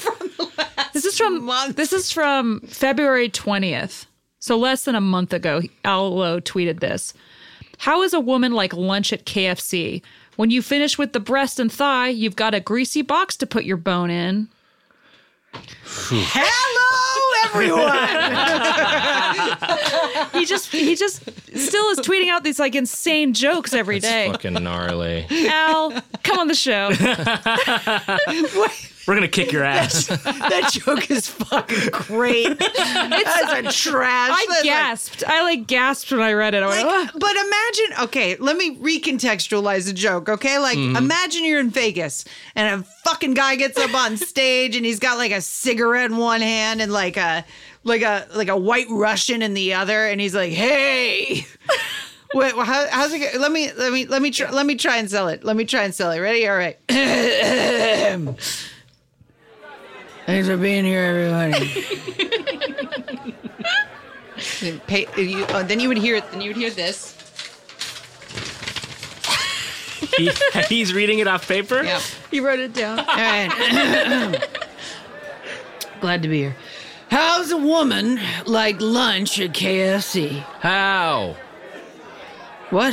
this is from
month.
this is from February twentieth, so less than a month ago. Al Lowe tweeted this: "How is a woman like lunch at KFC? When you finish with the breast and thigh, you've got a greasy box to put your bone in."
Hello, everyone.
He just he just still is tweeting out these like insane jokes every day.
Fucking gnarly.
Al, come on the show.
We're gonna kick your ass.
that joke is fucking great. That's a trash.
I
that's like-
gasped. I like gasped when I read it. I went, "Ugh."
Like, but imagine, okay, let me recontextualize the joke, okay? Like, imagine you're in Vegas and a fucking guy gets up on stage and he's got like a cigarette in one hand and like a like a like a white Russian in the other, and he's like, "Hey, wait, well, how, how's it? go- Let me let me let me try let me try and sell it. Let me try and sell it. Ready? All right. Thanks for being here, everybody." Then pay- you- oh, then you would hear then you would hear this.
He- he's reading it off paper.
Yeah.
you wrote it down.
All right. Glad to be here. How's a woman like lunch at KFC?
How?
What?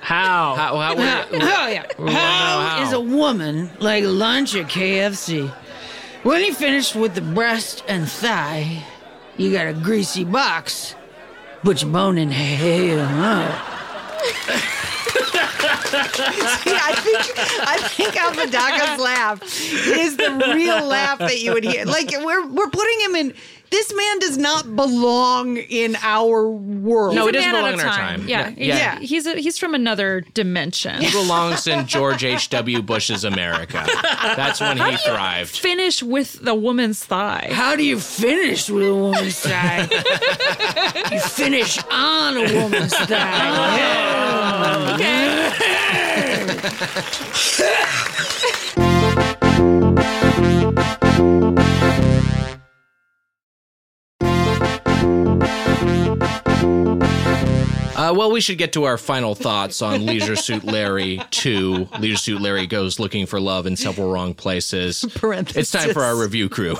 How?
How? how,
How- oh, yeah. How
how?
is a woman like lunch at KFC? When you finish with the breast and thigh, you got a greasy box. Put your bone in hell, huh? See, I think I think Alfadaga's laugh is the real laugh that you would hear. Like we're we're putting him in this man does not belong in our world.
He's
No,
a
it doesn't
man at
belong
a
in our time.
Yeah,
Yeah.
yeah. He's a, he's from another dimension.
He belongs in George H.W. Bush's America. That's when he thrived.
Finish with the woman's thigh.
How do you finish with a woman's thigh? you finish on a woman's thigh.
Oh,
Uh, well, we should get to our final thoughts on Leisure Suit Larry 2. Leisure Suit Larry goes looking for love in several wrong places. It's time for our review crew.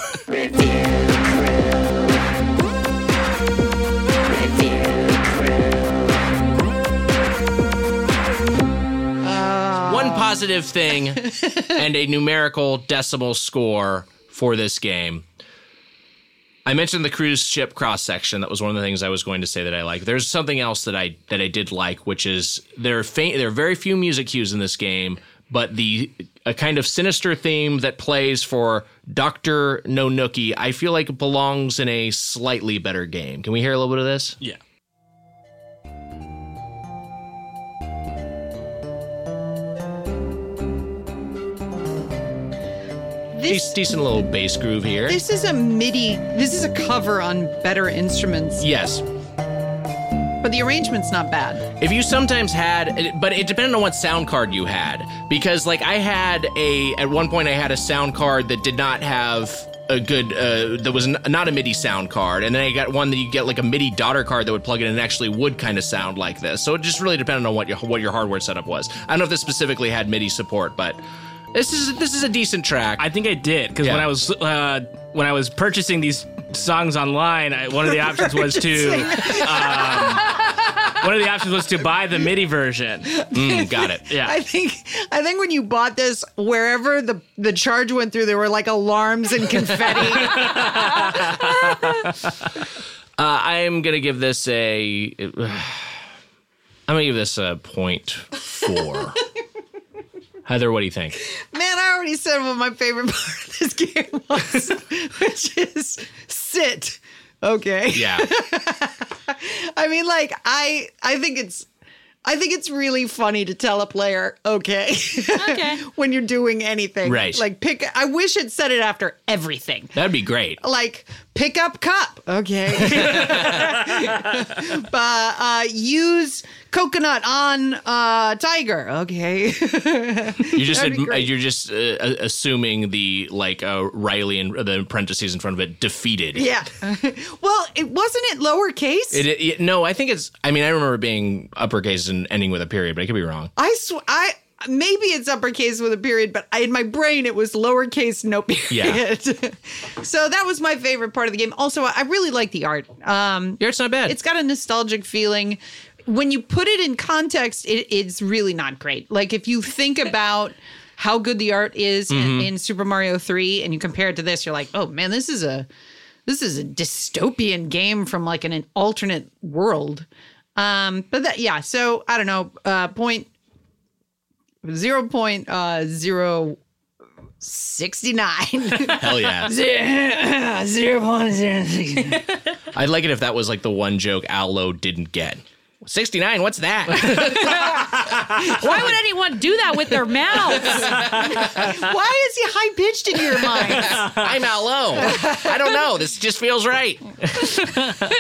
One positive thing and a numerical decimal score for this game. I mentioned the cruise ship cross section. That was one of the things I was going to say that I like. There's something else that I that I did like, which is there are faint, there are very few music cues in this game, but the a kind of sinister theme that plays for Doctor No Nookie. I feel like it belongs in a slightly better game. Can we hear a little bit of this?
Yeah.
This, decent little bass groove here.
This is a MIDI. This is a cover on better instruments,
yes,
but the arrangement's not bad.
If you sometimes had, but it depended on what sound card you had, because like I had a at one point I had a sound card that did not have a good uh, that was n- not a MIDI sound card, and then I got one that you get like a MIDI daughter card that would plug in and actually would kind of sound like this. So it just really depended on what your what your hardware setup was. I don't know if this specifically had MIDI support, but this is this is a decent track.
I think I did because
Yeah.
when I was uh, when I was purchasing these songs online, I, one of the options was to
uh,
um, one of the options was to buy the MIDI version.
Mm, got it.
Yeah.
I think I think when you bought this, wherever the the charge went through, there were like alarms and confetti.
Uh, I am gonna give this a. I'm gonna give this a point four. Heather, what do you think?
Man, I already said what my favorite part of this game was, which is sit. Okay.
Yeah,
I mean, like I I think it's I think it's really funny to tell a player, okay,
Okay.
when you're doing anything.
Right.
Like pick I wish it said it after everything.
that'd be great.
Like pick up cup. Okay. but uh use coconut on uh tiger. Okay.
You just
That'd be
adm-
great.
you're just uh, a- assuming the like uh, Riley and the parentheses in front of it defeated.
yeah. well, it wasn't it lowercase?
It, it- it- no, I think it's. I mean, I remember it being uppercase and ending with a period, but I could be wrong.
I sw- I maybe it's uppercase with a period, but I, in my brain it was lowercase no period. so that was my favorite part of the game. Also, I really like the art. Um,
Yeah, it's not bad.
it's got a nostalgic feeling. When you put it in context, it, it's really not great. Like if you think about how good the art is in, in Super Mario Three, and you compare it to this, you're like, oh man, this is a this is a dystopian game from like an, an alternate world. Um, but that yeah, so I don't know, uh point zero point uh zero sixty nine.
Hell yeah.
Zero point zero six.
I'd like it if that was like the one joke Allo didn't get. Sixty nine. What's that?
Why would anyone do that with their mouths?
Why is he high pitched in your mind?
I'm Allo. I don't know. This just feels right.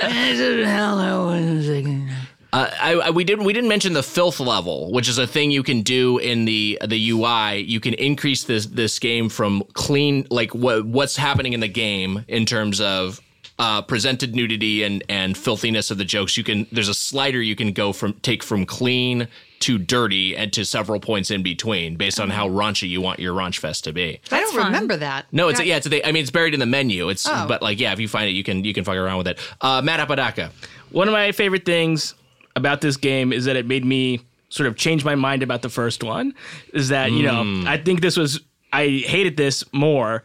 Hello, one second.
Uh, I, I we didn't we didn't mention the filth level, which is a thing you can do in the the UI. You can increase this this game from clean like what what's happening in the game in terms of uh, presented nudity and and filthiness of the jokes. You can there's a slider you can go from take from clean to dirty and to several points in between based on how raunchy you want your raunch fest to be.
I don't remember that.
No, it's yeah, it's a, I mean it's buried in the menu. It's but like yeah, if you find it, you can you can fuck around with it. Uh, Matt Apodaca.
One of my favorite things about this game is that it made me sort of change my mind about the first one. Is that you
Hmm.
know I think this was I hated this more,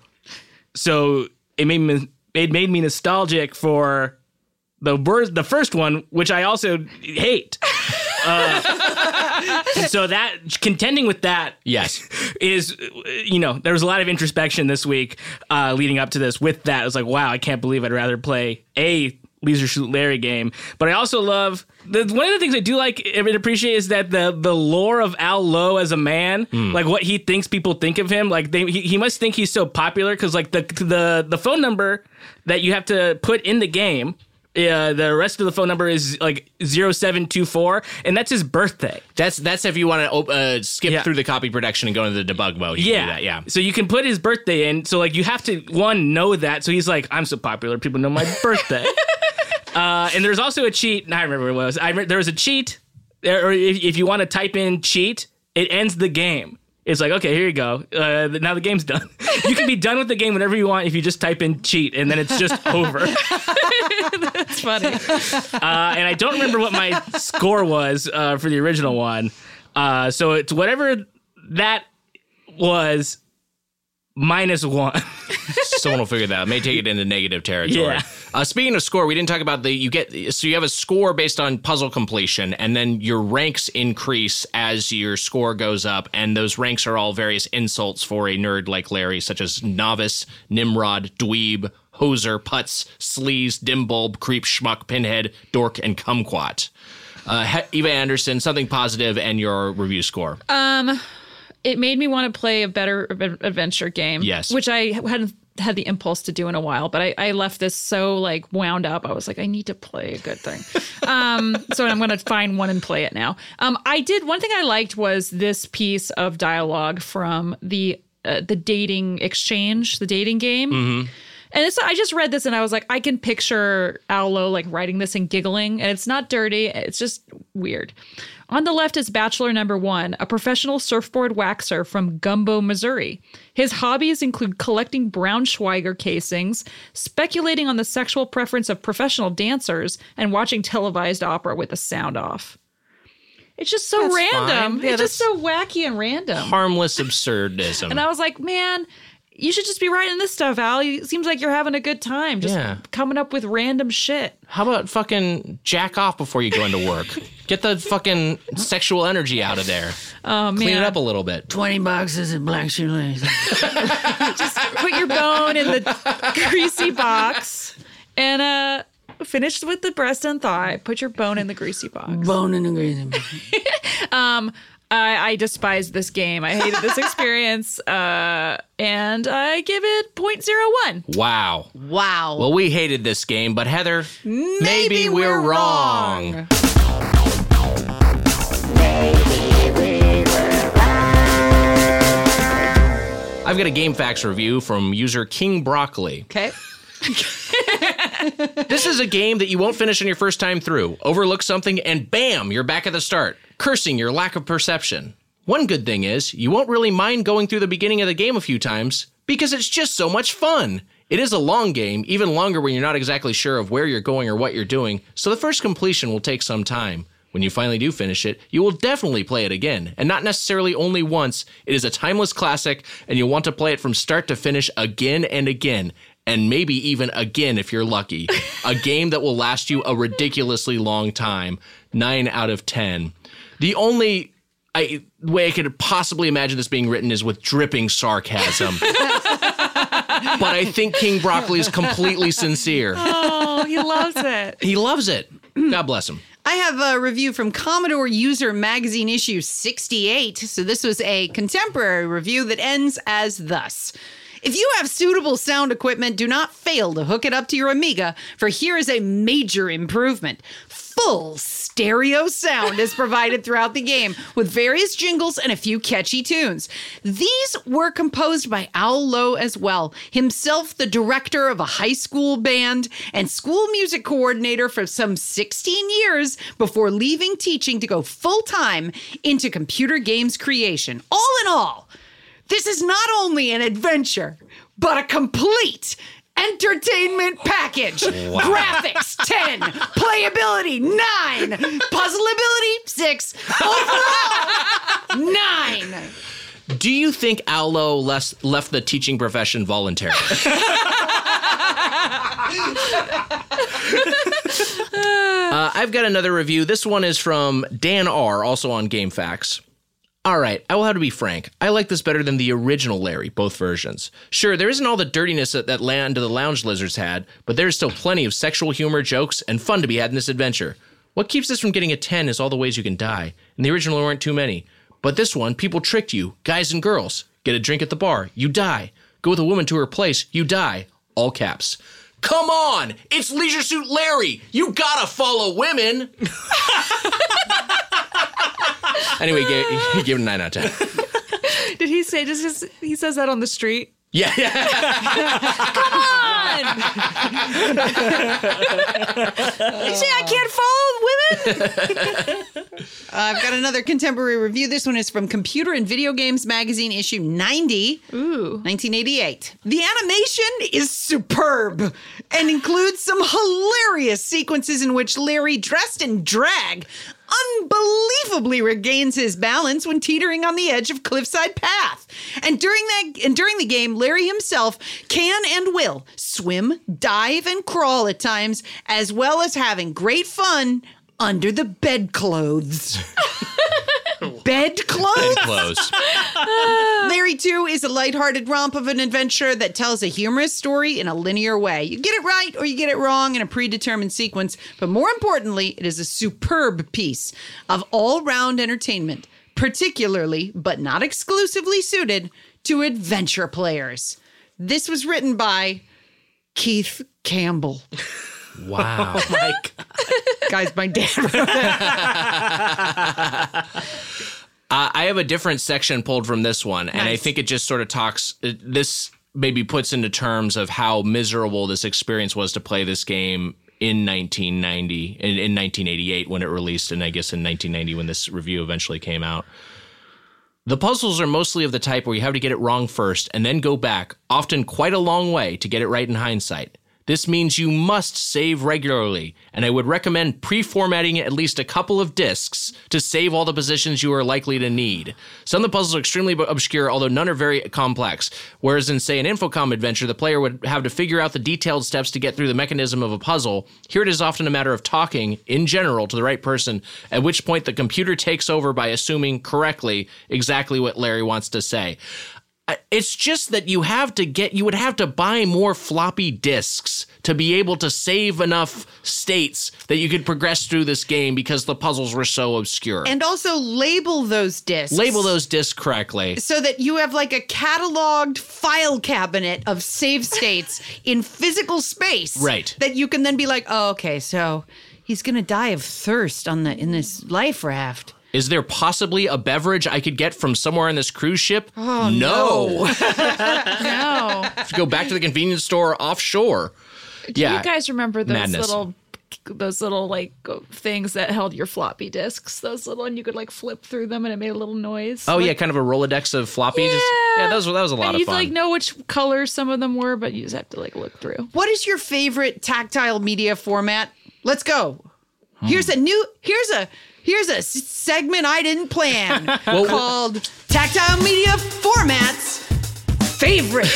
so it made me it made me nostalgic for the word the first one, which I also hate. Uh, and so that contending with that
Yes.
is you know, there was a lot of introspection this week uh, leading up to this. With that, it was like, wow, I can't believe I'd rather play a Leisure Shoot Larry game. But I also love the one of the things I do like and appreciate is that the the lore of Al Lowe as a man, like what he thinks people think of him, like they he, he must think he's so popular because like the the the phone number that you have to put in the game. Yeah, the rest of the phone number is like 0724, and that's his birthday.
That's that's if you want to op- uh, skip
Yeah.
through the copy production and go into the debug mode. You can
Yeah,
do that, yeah.
So you can put his birthday in. So like you have to one know that. So he's like, I'm so popular, people know my birthday. uh, and there's also a cheat. I remember what it was. I remember, there was a cheat. There- Or if, if you want to type in cheat, it ends the game. It's like okay, here you go. Uh, th- now the game's done. You can be done with the game whenever you want if you just type in cheat, and then it's just over.
It's funny.
Uh, and I don't remember what my score was uh, for the original one. Uh, so it's whatever that was minus one.
Someone will figure that out. May take it into negative territory.
Yeah.
Uh, speaking of score, we didn't talk about the you get so you have a score based on puzzle completion, and then your ranks increase as your score goes up, and those ranks are all various insults for a nerd like Larry, such as novice, nimrod, dweeb, hoser, putz, sleaze, dimbulb, creep, schmuck, pinhead, dork, and kumquat. Uh, he- Eva Anderson, something positive, and your review score.
it made me want to play a better ad- adventure game.
Yes.
Which I hadn't had the impulse to do in a while, but I, I left this so like wound up. I was like, I need to play a good thing. um, so I'm going to find one and play it now. Um, I did one thing I liked was this piece of dialogue from the uh, the dating exchange, the dating game. And it's, I just read this and I was like, I can picture Owlo like writing this and giggling, and it's not dirty. It's just weird. On the left is Bachelor Number One, a professional surfboard waxer from Gumbo, Missouri. His hobbies include collecting Braunschweiger casings, speculating on the sexual preference of professional dancers, and watching televised opera with the sound off. It's just so random.
fine. Yeah,
it's just so wacky and random.
Harmless absurdism.
And I was like, man, you should just be writing this stuff, Al. You, it seems like you're having a good time just
Yeah.
coming up with random shit.
How about fucking jack off before you go into work? Get the fucking sexual energy out of there.
Oh,
Clean
man.
it up a little bit.
20 boxes of black shoelaces.
Put your bone in the greasy box and uh finish with the breast and thigh. Put your bone in the greasy box.
Bone in the grazing.
I, I despised this game. I hated this experience. Uh, and I give it 0.01.
Wow.
Wow.
Well, we hated this game, but Heather, maybe, we're,
we're
wrong. I've got a Game Facts review from user King Broccoli.
okay.
This is a game that you won't finish on your first time through. Overlook something, and bam, you're back at the start, cursing your lack of perception. One good thing is, you won't really mind going through the beginning of the game a few times because it's just so much fun. It is a long game, even longer when you're not exactly sure of where you're going or what you're doing, so the first completion will take some time. When you finally do finish it, you will definitely play it again, and not necessarily only once. It is a timeless classic, and you'll want to play it from start to finish again and again, and maybe even again if you're lucky. a game that will last you a ridiculously long time. Nine out of 10. The only I, way I could possibly imagine this being written is with dripping sarcasm. but I think King Broccoli is completely sincere.
Oh, he loves it.
He loves it. God bless him.
I have a review from Commodore User Magazine issue 68. So this was a contemporary review that ends as thus. If you have suitable sound equipment, do not fail to hook it up to your Amiga, for here is a major improvement. Full stereo sound is provided throughout the game with various jingles and a few catchy tunes. These were composed by Al Lowe as well, himself the director of a high school band and school music coordinator for some 16 years before leaving teaching to go full time into computer games creation. All in all, this is not only an adventure, but a complete entertainment package. Graphics 10, playability 9, puzzleability 6, overall 9.
Do you think Allo left, left the teaching profession Uh, voluntarily? Uh, I've got another review. This one is from Dan R, also on Game Facts. All right, I will have to be frank. I like this better than the original Larry, both versions. Sure, there isn't all the dirtiness that, that Land of the Lounge Lizards had, but there is still plenty of sexual humor, jokes, and fun to be had in this adventure. What keeps this from getting a 10 is all the ways you can die, and the original there weren't too many. But this one, people tricked you, guys and girls. Get a drink at the bar, you die. Go with a woman to her place, you die. All caps. Come on! It's Leisure Suit Larry! You gotta follow women! anyway, he gave, he gave it a 9 out of 10.
Did he say just, just he says that on the street?
Yeah, yeah.
You say I can't follow women?
I've got another contemporary review. This one is from Computer and Video Games Magazine, issue 90, 1988. The animation is superb and includes some hilarious sequences in which Larry, dressed in drag, unbelievably regains his balance when teetering on the edge of cliffside path. And during that and during the game, Larry himself can and will swim, dive, and crawl at times, as well as having great fun under the bedclothes. bedclothes?
Close.
Larry 2 is a lighthearted romp of an adventure that tells a humorous story in a linear way. You get it right or you get it wrong in a predetermined sequence, but more importantly, it is a superb piece of all round entertainment, particularly, but not exclusively suited to adventure players. This was written by Keith Campbell.
Wow.
Guys, my dad wrote
Uh, I have a different section pulled from this one, and I think it just sort of talks. It, this maybe puts into terms of how miserable this experience was to play this game in 1990 in, in 1988 when it released and i guess in 1990 when this review eventually came out the puzzles are mostly of the type where you have to get it wrong first and then go back, often quite a long way, to get it right in hindsight. This means you must save regularly, and I would recommend pre formatting at least a couple of discs to save all the positions you are likely to need. Some of the puzzles are extremely bu- obscure, although none are very complex. Whereas in, say, an Infocom adventure, the player would have to figure out the detailed steps to get through the mechanism of a puzzle. Here it is often a matter of talking, in general, to the right person, at which point the computer takes over by assuming correctly exactly what Larry wants to say. I- It's just that you have to get, you would have to buy more floppy disks to be able to save enough states that you could progress through this game because the puzzles were so obscure.
And also label those discs.
Label those discs correctly.
so that you have like a cataloged file cabinet of save states in physical space
Right.
that you can then be like oh okay so he's gonna die of thirst on the in this life raft
Is there possibly a beverage I could get from somewhere on this cruise ship? Oh, no.
No.
to go back to the convenience store offshore. yeah.
You guys remember those
Madness.
little those little like things that held your floppy disks, those little and you could like flip through them and it made a little noise.
oh yeah, kind of a Rolodex of floppies. Yeah, that was that was a lot
and
of
you'd
fun.
like know which colors some of them were, but you just have to like look through.
what is your favorite tactile media format let's go
Hmm.
here's a new here's a here's a s- segment i didn't plan
Well,
called tactile media formats favorite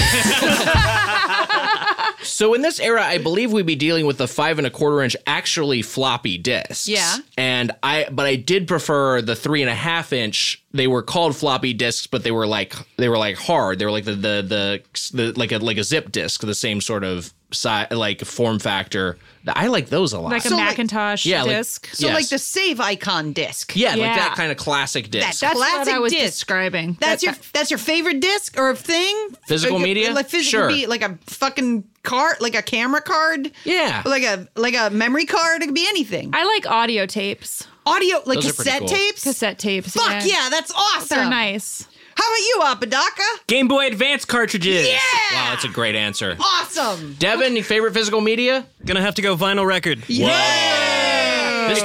So in this era, I believe we'd be dealing with the five and a quarter inch actually floppy disks.
Yeah.
And I, but I did prefer the three and a half inch. They were called floppy disks, but they were like they were like hard. They were like the the the, the like a like a zip disk, the same sort of size, like form factor. I like those a lot.
Like
So,
a
like-
Macintosh
yeah, like-
disk.
so
Yes.
like the save icon disc
yeah,
Yeah.
like that kind of classic disk.
That-
That's what
Classic
I was
disc.
describing.
That's
That-
your that's your favorite disc or thing?
Physical
Like a-
media?
like physical
Sure.
media, like a fucking card, like a camera card,
Yeah.
like a like a memory card. It could be anything.
I like audio tapes,
Audio, like
Those are pretty
cassette
cool.
tapes.
cassette tapes.
Fuck yeah, that's awesome.
They're nice.
How about you, Apodaca?
Game Boy Advance cartridges.
Yeah,
wow, that's a great answer.
awesome.
Devin, your favorite physical media?
Gonna have to go vinyl record.
This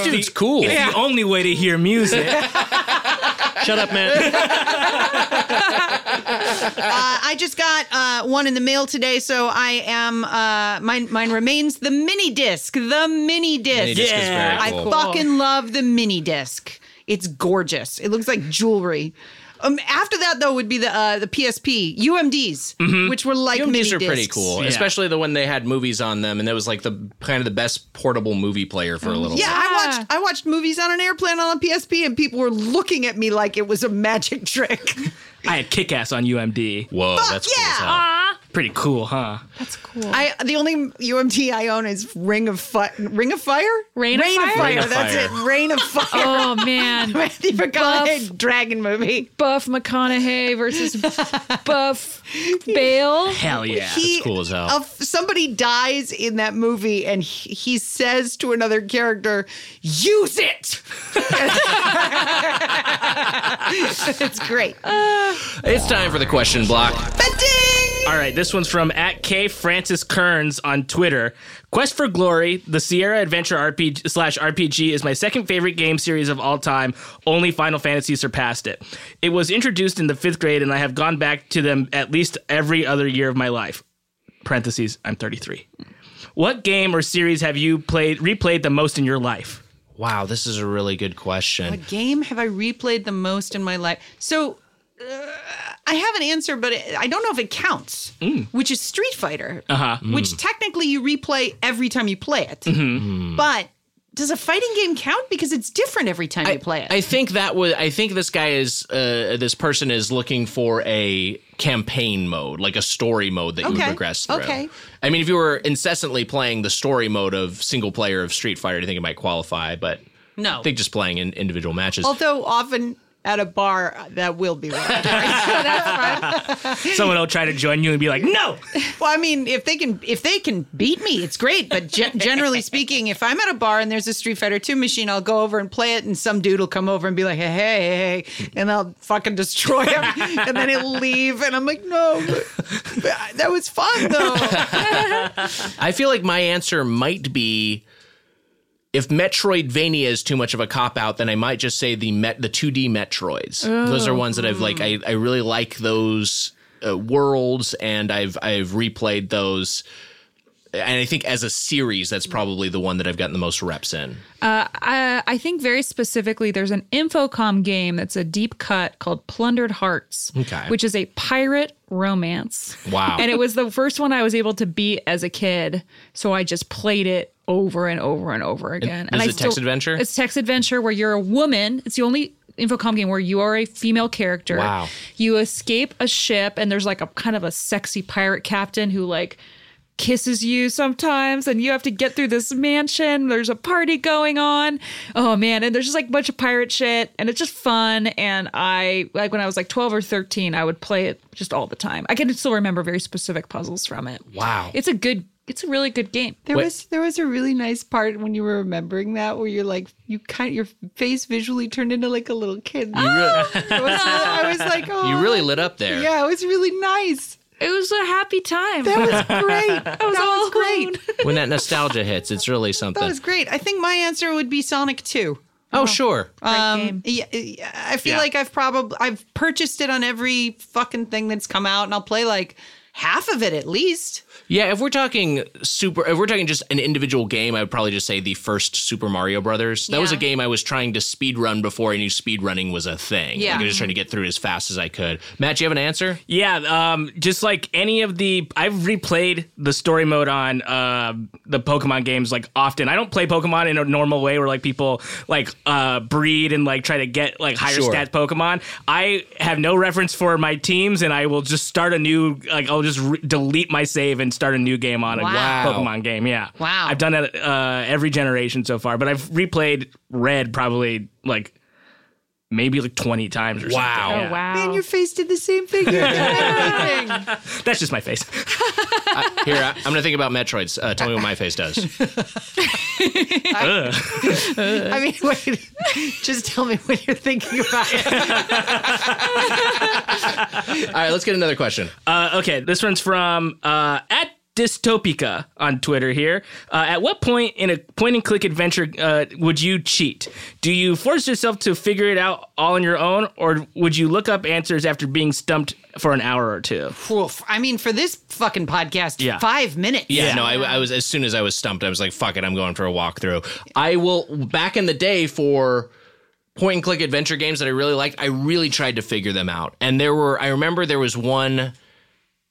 dude's cool.
It's the only way to hear music.
Shut up, man.
Uh, I just got uh, one in the mail today, so I am uh, mine. Mine remains the mini disc. The mini disc.
Disc is very
I
cool.
fucking love the mini disc. It's gorgeous. It looks like jewelry. Um, after that though would be the uh, the PSP UMDs,
Mm-hmm.
which were like mini
These are pretty
discs.
cool, especially the when they had movies on them, and that was like the kind of the best portable movie player for a little.
Yeah,
while.
I watched I watched movies on an airplane on a PSP, and people were looking at me like it was a magic trick.
I had kick ass on UMD.
Whoa,
Fuck
that's cool. as
yeah!
hell.
Pretty cool, huh?
That's cool.
I the only UMT I own is Ring of Fire. Ring of Fire.
Rain of Fire? Rain
of
That's
Fire.
it. Rain of Fire.
oh man.
Matthew McConaughey dragon movie.
Buff McConaughey versus Buff Bale.
Hell yeah.
he,
that's cool as hell.
a f- somebody dies in that movie, and he, he says to another character, "Use it." it's great.
It's time for the question block.
But ding!
All right, this one's from at K Francis Kearns on Twitter. Quest for Glory, the Sierra Adventure RPG slash RPG, is my second favorite game series of all time. Only Final Fantasy surpassed it. It was introduced in the fifth grade, and I have gone back to them at least every other year of my life. Parentheses, I'm 33. What game or series have you played replayed the most in your life?
Wow, this is a really good question.
What game have I replayed the most in my life? So uh, I have an answer, but it, I don't know if it counts,
Mm.
which is Street Fighter, uh-huh. which technically you replay every time you play it.
Mm-hmm.
But does a fighting game count? Because it's different every time you play it.
I think that was. I think this guy is. Uh, this person is looking for a campaign mode, like a story mode that you would
Okay,
progress through.
okay.
I mean, if you were incessantly playing the story mode of single player of Street Fighter, I think it might qualify. But
no.
I think just playing in individual matches.
Although often at a bar, uh, that will be right.
Someone will try to join you and be like, no!
Well, I mean, if they can if they can beat me, it's great. But ge- generally speaking, if I'm at a bar and there's a Street Fighter Two machine, I'll go over and play it, and some dude will come over and be like, "Hey, hey, hey," and I'll fucking destroy him, and then he'll leave, and I'm like, "No, but- but I- that was fun though."
I feel like my answer might be if Metroidvania is too much of a cop out, then I might just say the Met, the 2D Metroids. Those are ones that I've like. I, I really like those uh, worlds, and I've I've replayed those. And I think as a series, that's probably the one that I've gotten the most reps in.
I, I think very specifically, there's an Infocom game that's a deep cut called Plundered Hearts,
Okay.
which is a pirate romance.
Wow.
And it was the first one I was able to beat as a kid. So I just played it over and over and over again.
this
I
is a text adventure?
It's text adventure where you're a woman. It's the only Infocom game where you are a female character.
Wow.
You escape a ship, and there's like a kind of a sexy pirate captain who, like, kisses you sometimes and you have to get through this mansion there's a party going on oh man and there's just like a bunch of pirate shit and it's just fun and i like when i was like 12 or 13 i would play it just all the time i can still remember very specific puzzles from it
Wow.
it's a good it's a really good game
There was there was a really nice part when you were remembering that where you're like you kind your face visually turned into like a little kid. I, was, I was like, oh,
You really lit up there.
yeah, it was really nice.
it was a happy time
That was great. that was,
all
great.
When that nostalgia hits, it's really something.
That was great. I think my answer would be Sonic 2.
oh, sure.
Um, yeah, yeah, I feel like I've probably I've purchased it on every fucking thing that's come out, and I'll play like half of it at least.
Yeah, if we're talking super, if we're talking just an individual game, I would probably just say the first Super Mario Brothers. That was a
Yeah.
game I was trying to speed run before I knew speed running was a thing.
Yeah.
like, I was just trying to get through it as fast as I could. Matt, do you have an answer?
Yeah, um, just like any of the, I've replayed the story mode on uh, the Pokemon games like often. I don't play Pokemon in a normal way where like people like uh, breed and like try to get like higher
Sure.
stat Pokemon. I have no reference for my teams, and I will just start a new like I'll just re- delete my save and start a new game on a
Wow.
Pokemon game. Yeah,
Wow.
I've done that uh, every generation so far, but I've replayed Red probably like maybe like twenty times or something.
oh
Yeah.
wow
Man, your face did the same thing. You did everything.
That's just my face.
Here, I, I'm gonna think about Metroids. Uh, tell me what my face does.
I mean, wait, just tell me what you're thinking about. it.
All right, let's get another question.
Uh, okay, this one's from uh, at Dystopica on Twitter here. Uh, at what point in a point and click adventure uh, would you cheat? Do you force yourself to figure it out all on your own, or would you look up answers after being stumped for an hour or two?
Oof. I mean, for this fucking podcast,
Yeah.
five minutes.
Yeah, no, I, I was as soon as I was stumped, I was like, "Fuck it, I'm going for a walkthrough." I will back in the day for point and click adventure games that I really liked, I really tried to figure them out. And there were, I remember there was one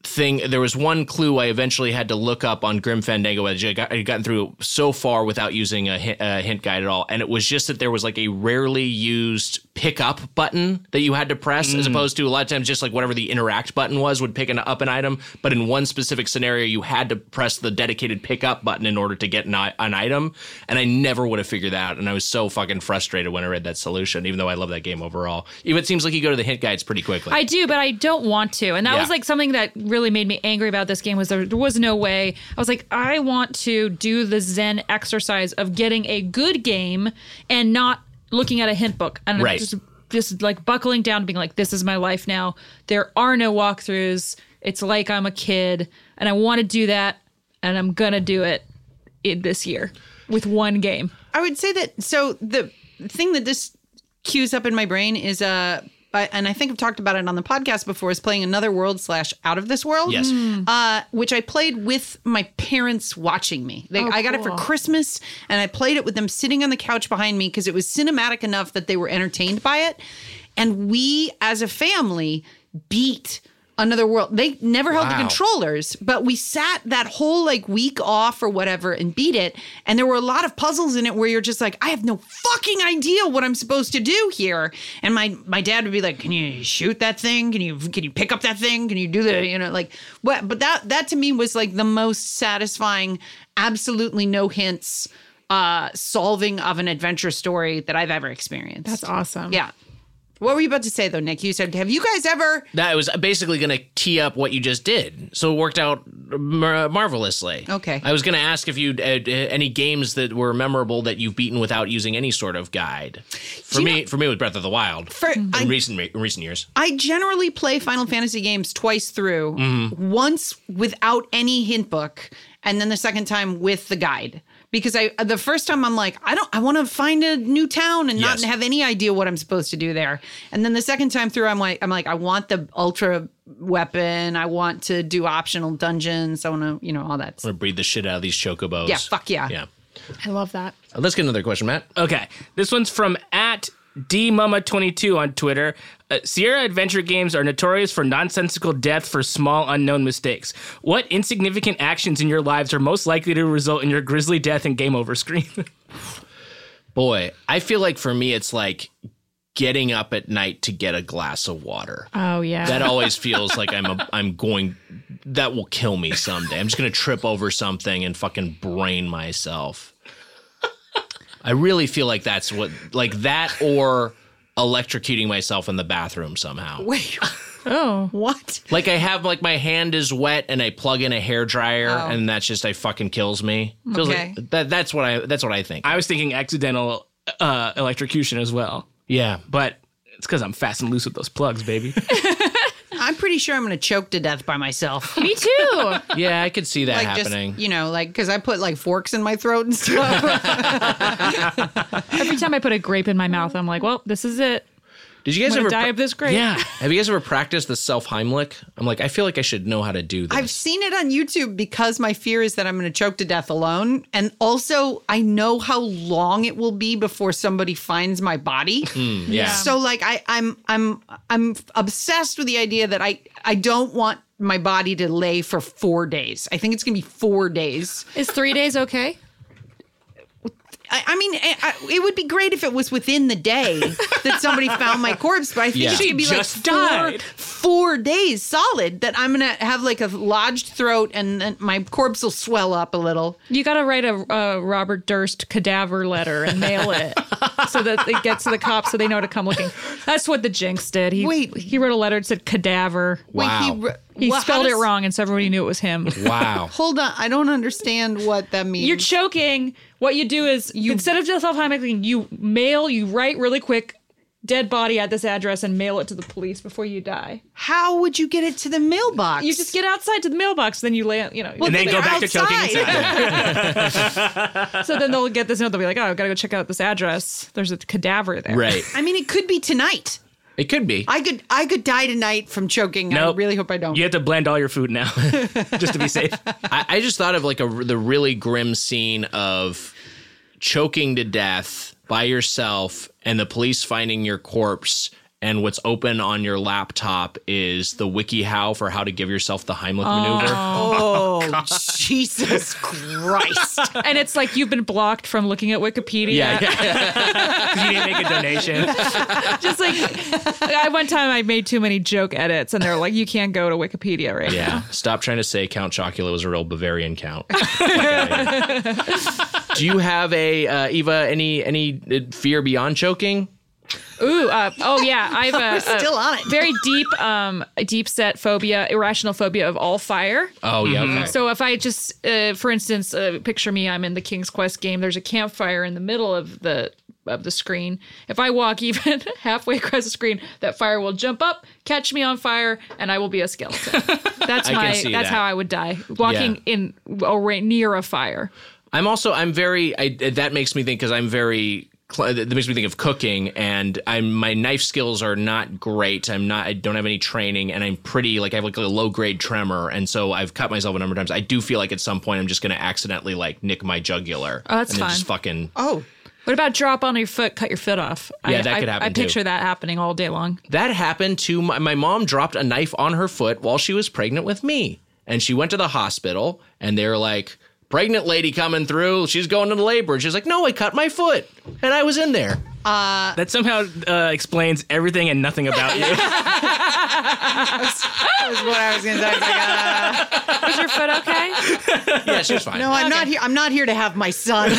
thing, there was one clue I eventually had to look up on Grim Fandango. which I got, I had gotten through so far without using a, hi- a hint guide at all. And it was just that there was like a rarely used pickup button that you had to press, as opposed to a lot of times just like whatever the interact button was would pick an, up an item. But in one specific scenario, you had to press the dedicated pickup button in order to get an, i- an item. And I never would have figured that out. And I was so fucking frustrated when I read that solution, even though I love that game overall. Even it seems like you go to the hint guides pretty quickly.
I do, but I don't want to. And that
Yeah.
was like something that really made me angry about this game was there, there was no way. I was like, I want to do the Zen exercise of getting a good game and not looking at a hint book and
Right.
just just like buckling down, and being like, this is my life now. There are no walkthroughs. It's like I'm a kid, and I want to do that, and I'm gonna do it in this year with one game.
I would say that. So the thing that this cues up in my brain is uh, I, and I think I've talked about it on the podcast before, is playing Another World slash Out of This World.
Yes. Mm.
Uh, which I played with my parents watching me. They, I got it for Christmas, and I played it with them sitting on the couch behind me because it was cinematic enough that they were entertained by it. And we, as a family, beat. Another world. They never held the
Wow.
control controllers, but we sat that whole like week off or whatever and beat it. And there were a lot of puzzles in it where you're just like, I have no fucking idea what I'm supposed to do here. And my my dad would be like, Can you shoot that thing? Can you can you pick up that thing? Can you do the you know like what? But that that to me was like the most satisfying. Absolutely no hints. Uh, solving of an adventure story that I've ever experienced.
That's awesome.
Yeah. What were you about to say though, Nick? You said, "Have you guys ever?"
that was basically going to tee up what you just did. So it worked out mar- marvelously.
Okay.
I was going to ask if you uh, any games that were memorable that you've beaten without using any sort of guide. For me, for me, it was Breath of the Wild.
For, I-
in recent re- in recent years,
I generally play Final Fantasy games twice through,
Mm-hmm.
once without any hint book, and then the second time with the guide. Because I uh, the first time I'm like, I don't I want to find a new town and
Yes.
not have any idea what I'm supposed to do there. And then the second time through, I'm like, I'm like, I want the ultra weapon, I want to do optional dungeons, I want to, you know, all that.
I'm gonna breed the shit out of these chocobos.
Yeah, fuck yeah.
yeah.
I love that.
Uh, Let's get another question, Matt.
Okay. This one's from at dmama22 on Twitter. Uh, Sierra Adventure games are notorious for nonsensical death for small unknown mistakes. What insignificant actions in your lives are most likely to result in your grisly death and game over screen?
Boy, I feel like for me, it's like getting up at night to get a glass of water.
Oh yeah.
that always feels like I'm a, I'm going that will kill me someday. I'm just gonna trip over something and fucking brain myself. I really feel like that's what like that or electrocuting myself in the bathroom somehow.
Wait,
oh.
what?
Like I have like my hand is wet and I plug in a hair dryer
Oh.
and that's just I fucking kills me. Feels
Okay.
like that that's what I that's what I think.
I was thinking accidental uh, electrocution as well,
yeah.
but it's because I'm fast and loose with those plugs, baby.
I'm pretty sure I'm gonna choke to death by myself.
Me too.
Yeah, I could see that
Like
happening.
just you know, like because I put like forks in my throat and stuff.
Every time I put a grape in my mouth, I'm like, well, this is it.
Did you guys
I'm
ever
gonna die of this grape.
Yeah. Have you guys ever practiced the self Heimlich? I'm like, I feel like I should know how to do this.
I've seen it on YouTube because my fear is that I'm going to choke to death alone. And also, I know how long it will be before somebody finds my body.
Hmm, yeah.
So like I I'm I'm I'm obsessed with the idea that I I don't want my body to lay for 4 days. I think it's going to be 4 days.
Is three days okay?
I, I mean I, I, it would be great if it was within the day that somebody found my corpse, but I think
Yeah.
it's going to be like
Just
four
died.
four days solid that I'm gonna have like a lodged throat and, and my corpse will swell up a little.
You got to write a, a Robert Durst cadaver letter and mail it so that it gets to the cops so they know to come looking. That's what the Jinx did. He,
Wait.
he wrote a letter that said cadaver.
Wow.
Wait, he
He
well, how
spelled it
does-
wrong, and so everybody knew it was him.
Wow.
Hold on, I don't understand what that means.
You're choking. What you do is instead of just self heimlicking, you mail, you write really quick, dead body at this address, and mail it to the police before you die.
How would you get it to the mailbox?
You just get outside to the mailbox, then you lay, you know,
And then
they're
go back to choking
outside.
So then they'll get this note. They'll be like, "Oh, I've got to go check out this address. There's a cadaver there."
Right.
I mean, it could be tonight.
It could be.
I could I could die tonight from choking. I
Nope.
really hope I don't.
you have to blend all your food now just to be safe.
I, I just thought of like a the really grim scene of choking to death by yourself and the police finding your corpse. And what's open on your laptop is the wiki how for how to give yourself the Heimlich maneuver.
Oh, Jesus Christ.
and it's like you've been blocked from looking at Wikipedia.
Yeah, yeah.
you didn't make a donation.
Just like I one time I made too many joke edits and they're like, you can't go to Wikipedia right now.
yeah. Stop trying to say Count Chocula was a real Bavarian count. Fuck outta here. Do you have a uh, Eva any any uh, fear beyond choking?
Ooh, uh, oh yeah, I have a, a
Still on it.
very deep, um, a deep set phobia, irrational phobia of all fire.
Oh yeah. okay.
So if I just, uh, for instance, uh, picture me, I'm in the King's Quest game. There's a campfire in the middle of the of the screen. If I walk even halfway across the screen, that fire will jump up, catch me on fire, and I will be a skeleton. That's
I can
my. That's
see that.
how I would die. Walking in or near a fire.
I'm also I'm very I that makes me think because I'm very cl- that makes me think of cooking and I'm my knife skills are not great. I'm not I don't have any training and I'm pretty like I have like a low grade tremor and so I've cut myself a number of times. I do feel like at some point I'm just gonna accidentally like nick my jugular.
Oh, that's
and then
fine.
Just fucking
Oh,
What about drop on your foot, cut your foot off?
Yeah,
I,
that
I-
could happen
I picture
too.
that happening all day long.
That happened to my, my mom dropped a knife on her foot while she was pregnant with me. And she went to the hospital and they were like, pregnant lady coming through. She's going into labor. And she's like, no, I cut my foot. And I was in there.
That somehow uh, explains everything and nothing about you.
that was what I was going to say. I was like, uh,
Is your foot okay?
Yeah, she was fine.
no, I'm not here. I'm not here to have my son.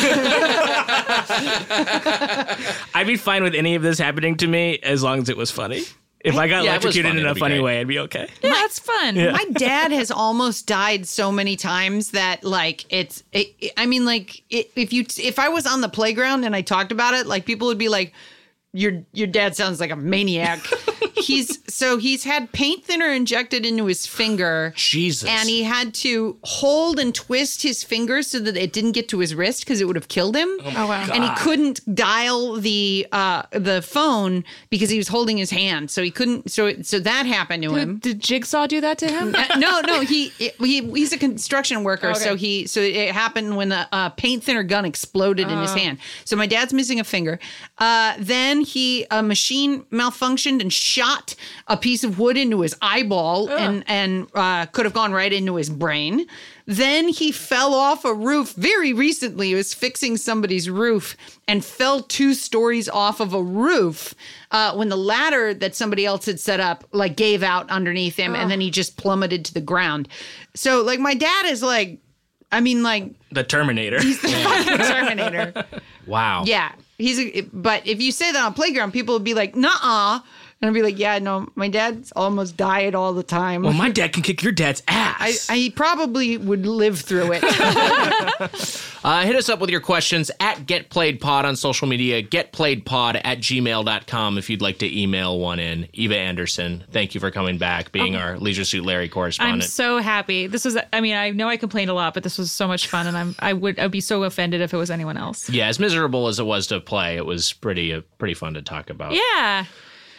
I'd be fine with any of this happening to me as long as it was funny. If I got
Yeah, it was
electrocuted
funny,
in a
it'd be
funny
great.
way, I'd be okay.
Yeah, that's fun.
my dad has almost died so many times that like it's it, it- i mean like it, if you if i was on the playground and i talked about it like people would be like your your dad sounds like a maniac he's so he's had paint thinner injected into his finger
Jesus.
and he had to hold and twist his fingers so that it didn't get to his wrist because it would have killed him. Oh
wow.
And he couldn't dial the uh, the phone because he was holding his hand, so he couldn't. So it, so that happened to him.
Did, did Jigsaw do that to him?
Uh, no, no, he, he he's a construction worker, so he so it happened when a, a paint thinner gun exploded in his hand. So my dad's missing a finger. Uh, then he a machine malfunctioned and shot a piece of wood into his eyeball and and uh, could have gone right into his brain. Then he fell off a roof very recently. He was fixing somebody's roof and fell two stories off of a roof uh, when the ladder that somebody else had set up like gave out underneath him, and then he just plummeted to the ground. So like my dad is like, I mean like
The Terminator.
fucking Terminator.
wow.
Yeah, he's a. But if you say that on playground, people would be like, nah. And I'd be like, yeah, no, my dad's almost died all the time.
well, my dad can kick your dad's
I,
ass.
I probably would live through it.
Uh, hit us up with your questions at GetPlayedPod on social media, GetPlayedPod at gmail.com if you'd like to email one in. Eva Anderson, thank you for coming back, being our Leisure Suit Larry
Oh. I'm
correspondent.
so happy. This was, I mean, I know I complained a lot, but this was so much fun, and I'm, I would, I'd be so offended if it was anyone else.
yeah, as miserable as it was to play, it was pretty uh, pretty fun to talk about.
Yeah.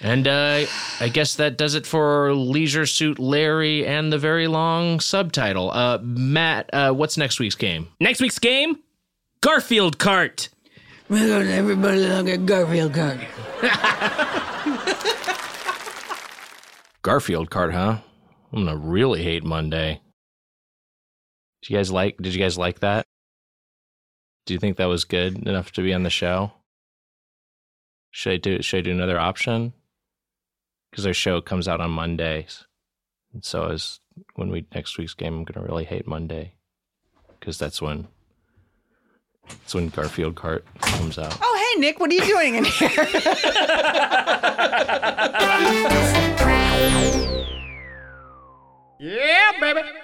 And uh, I guess that does it for Leisure Suit Larry and the very long subtitle. Uh, Matt, uh, what's next week's game?
Next week's game Garfield Cart.
We're going to everybody look at Garfield Cart.
Garfield card, huh? I'm gonna really hate Monday. Did you guys like? Did you guys like that? Do you think that was good enough to be on the show? Should I do? Should I do another option? Because our show comes out on Mondays, and so as when we next week's game, I'm gonna really hate Monday, because that's when. That's when Garfield Cart comes out.
oh, hey, Nick, what are you doing in here?
Yeah, baby.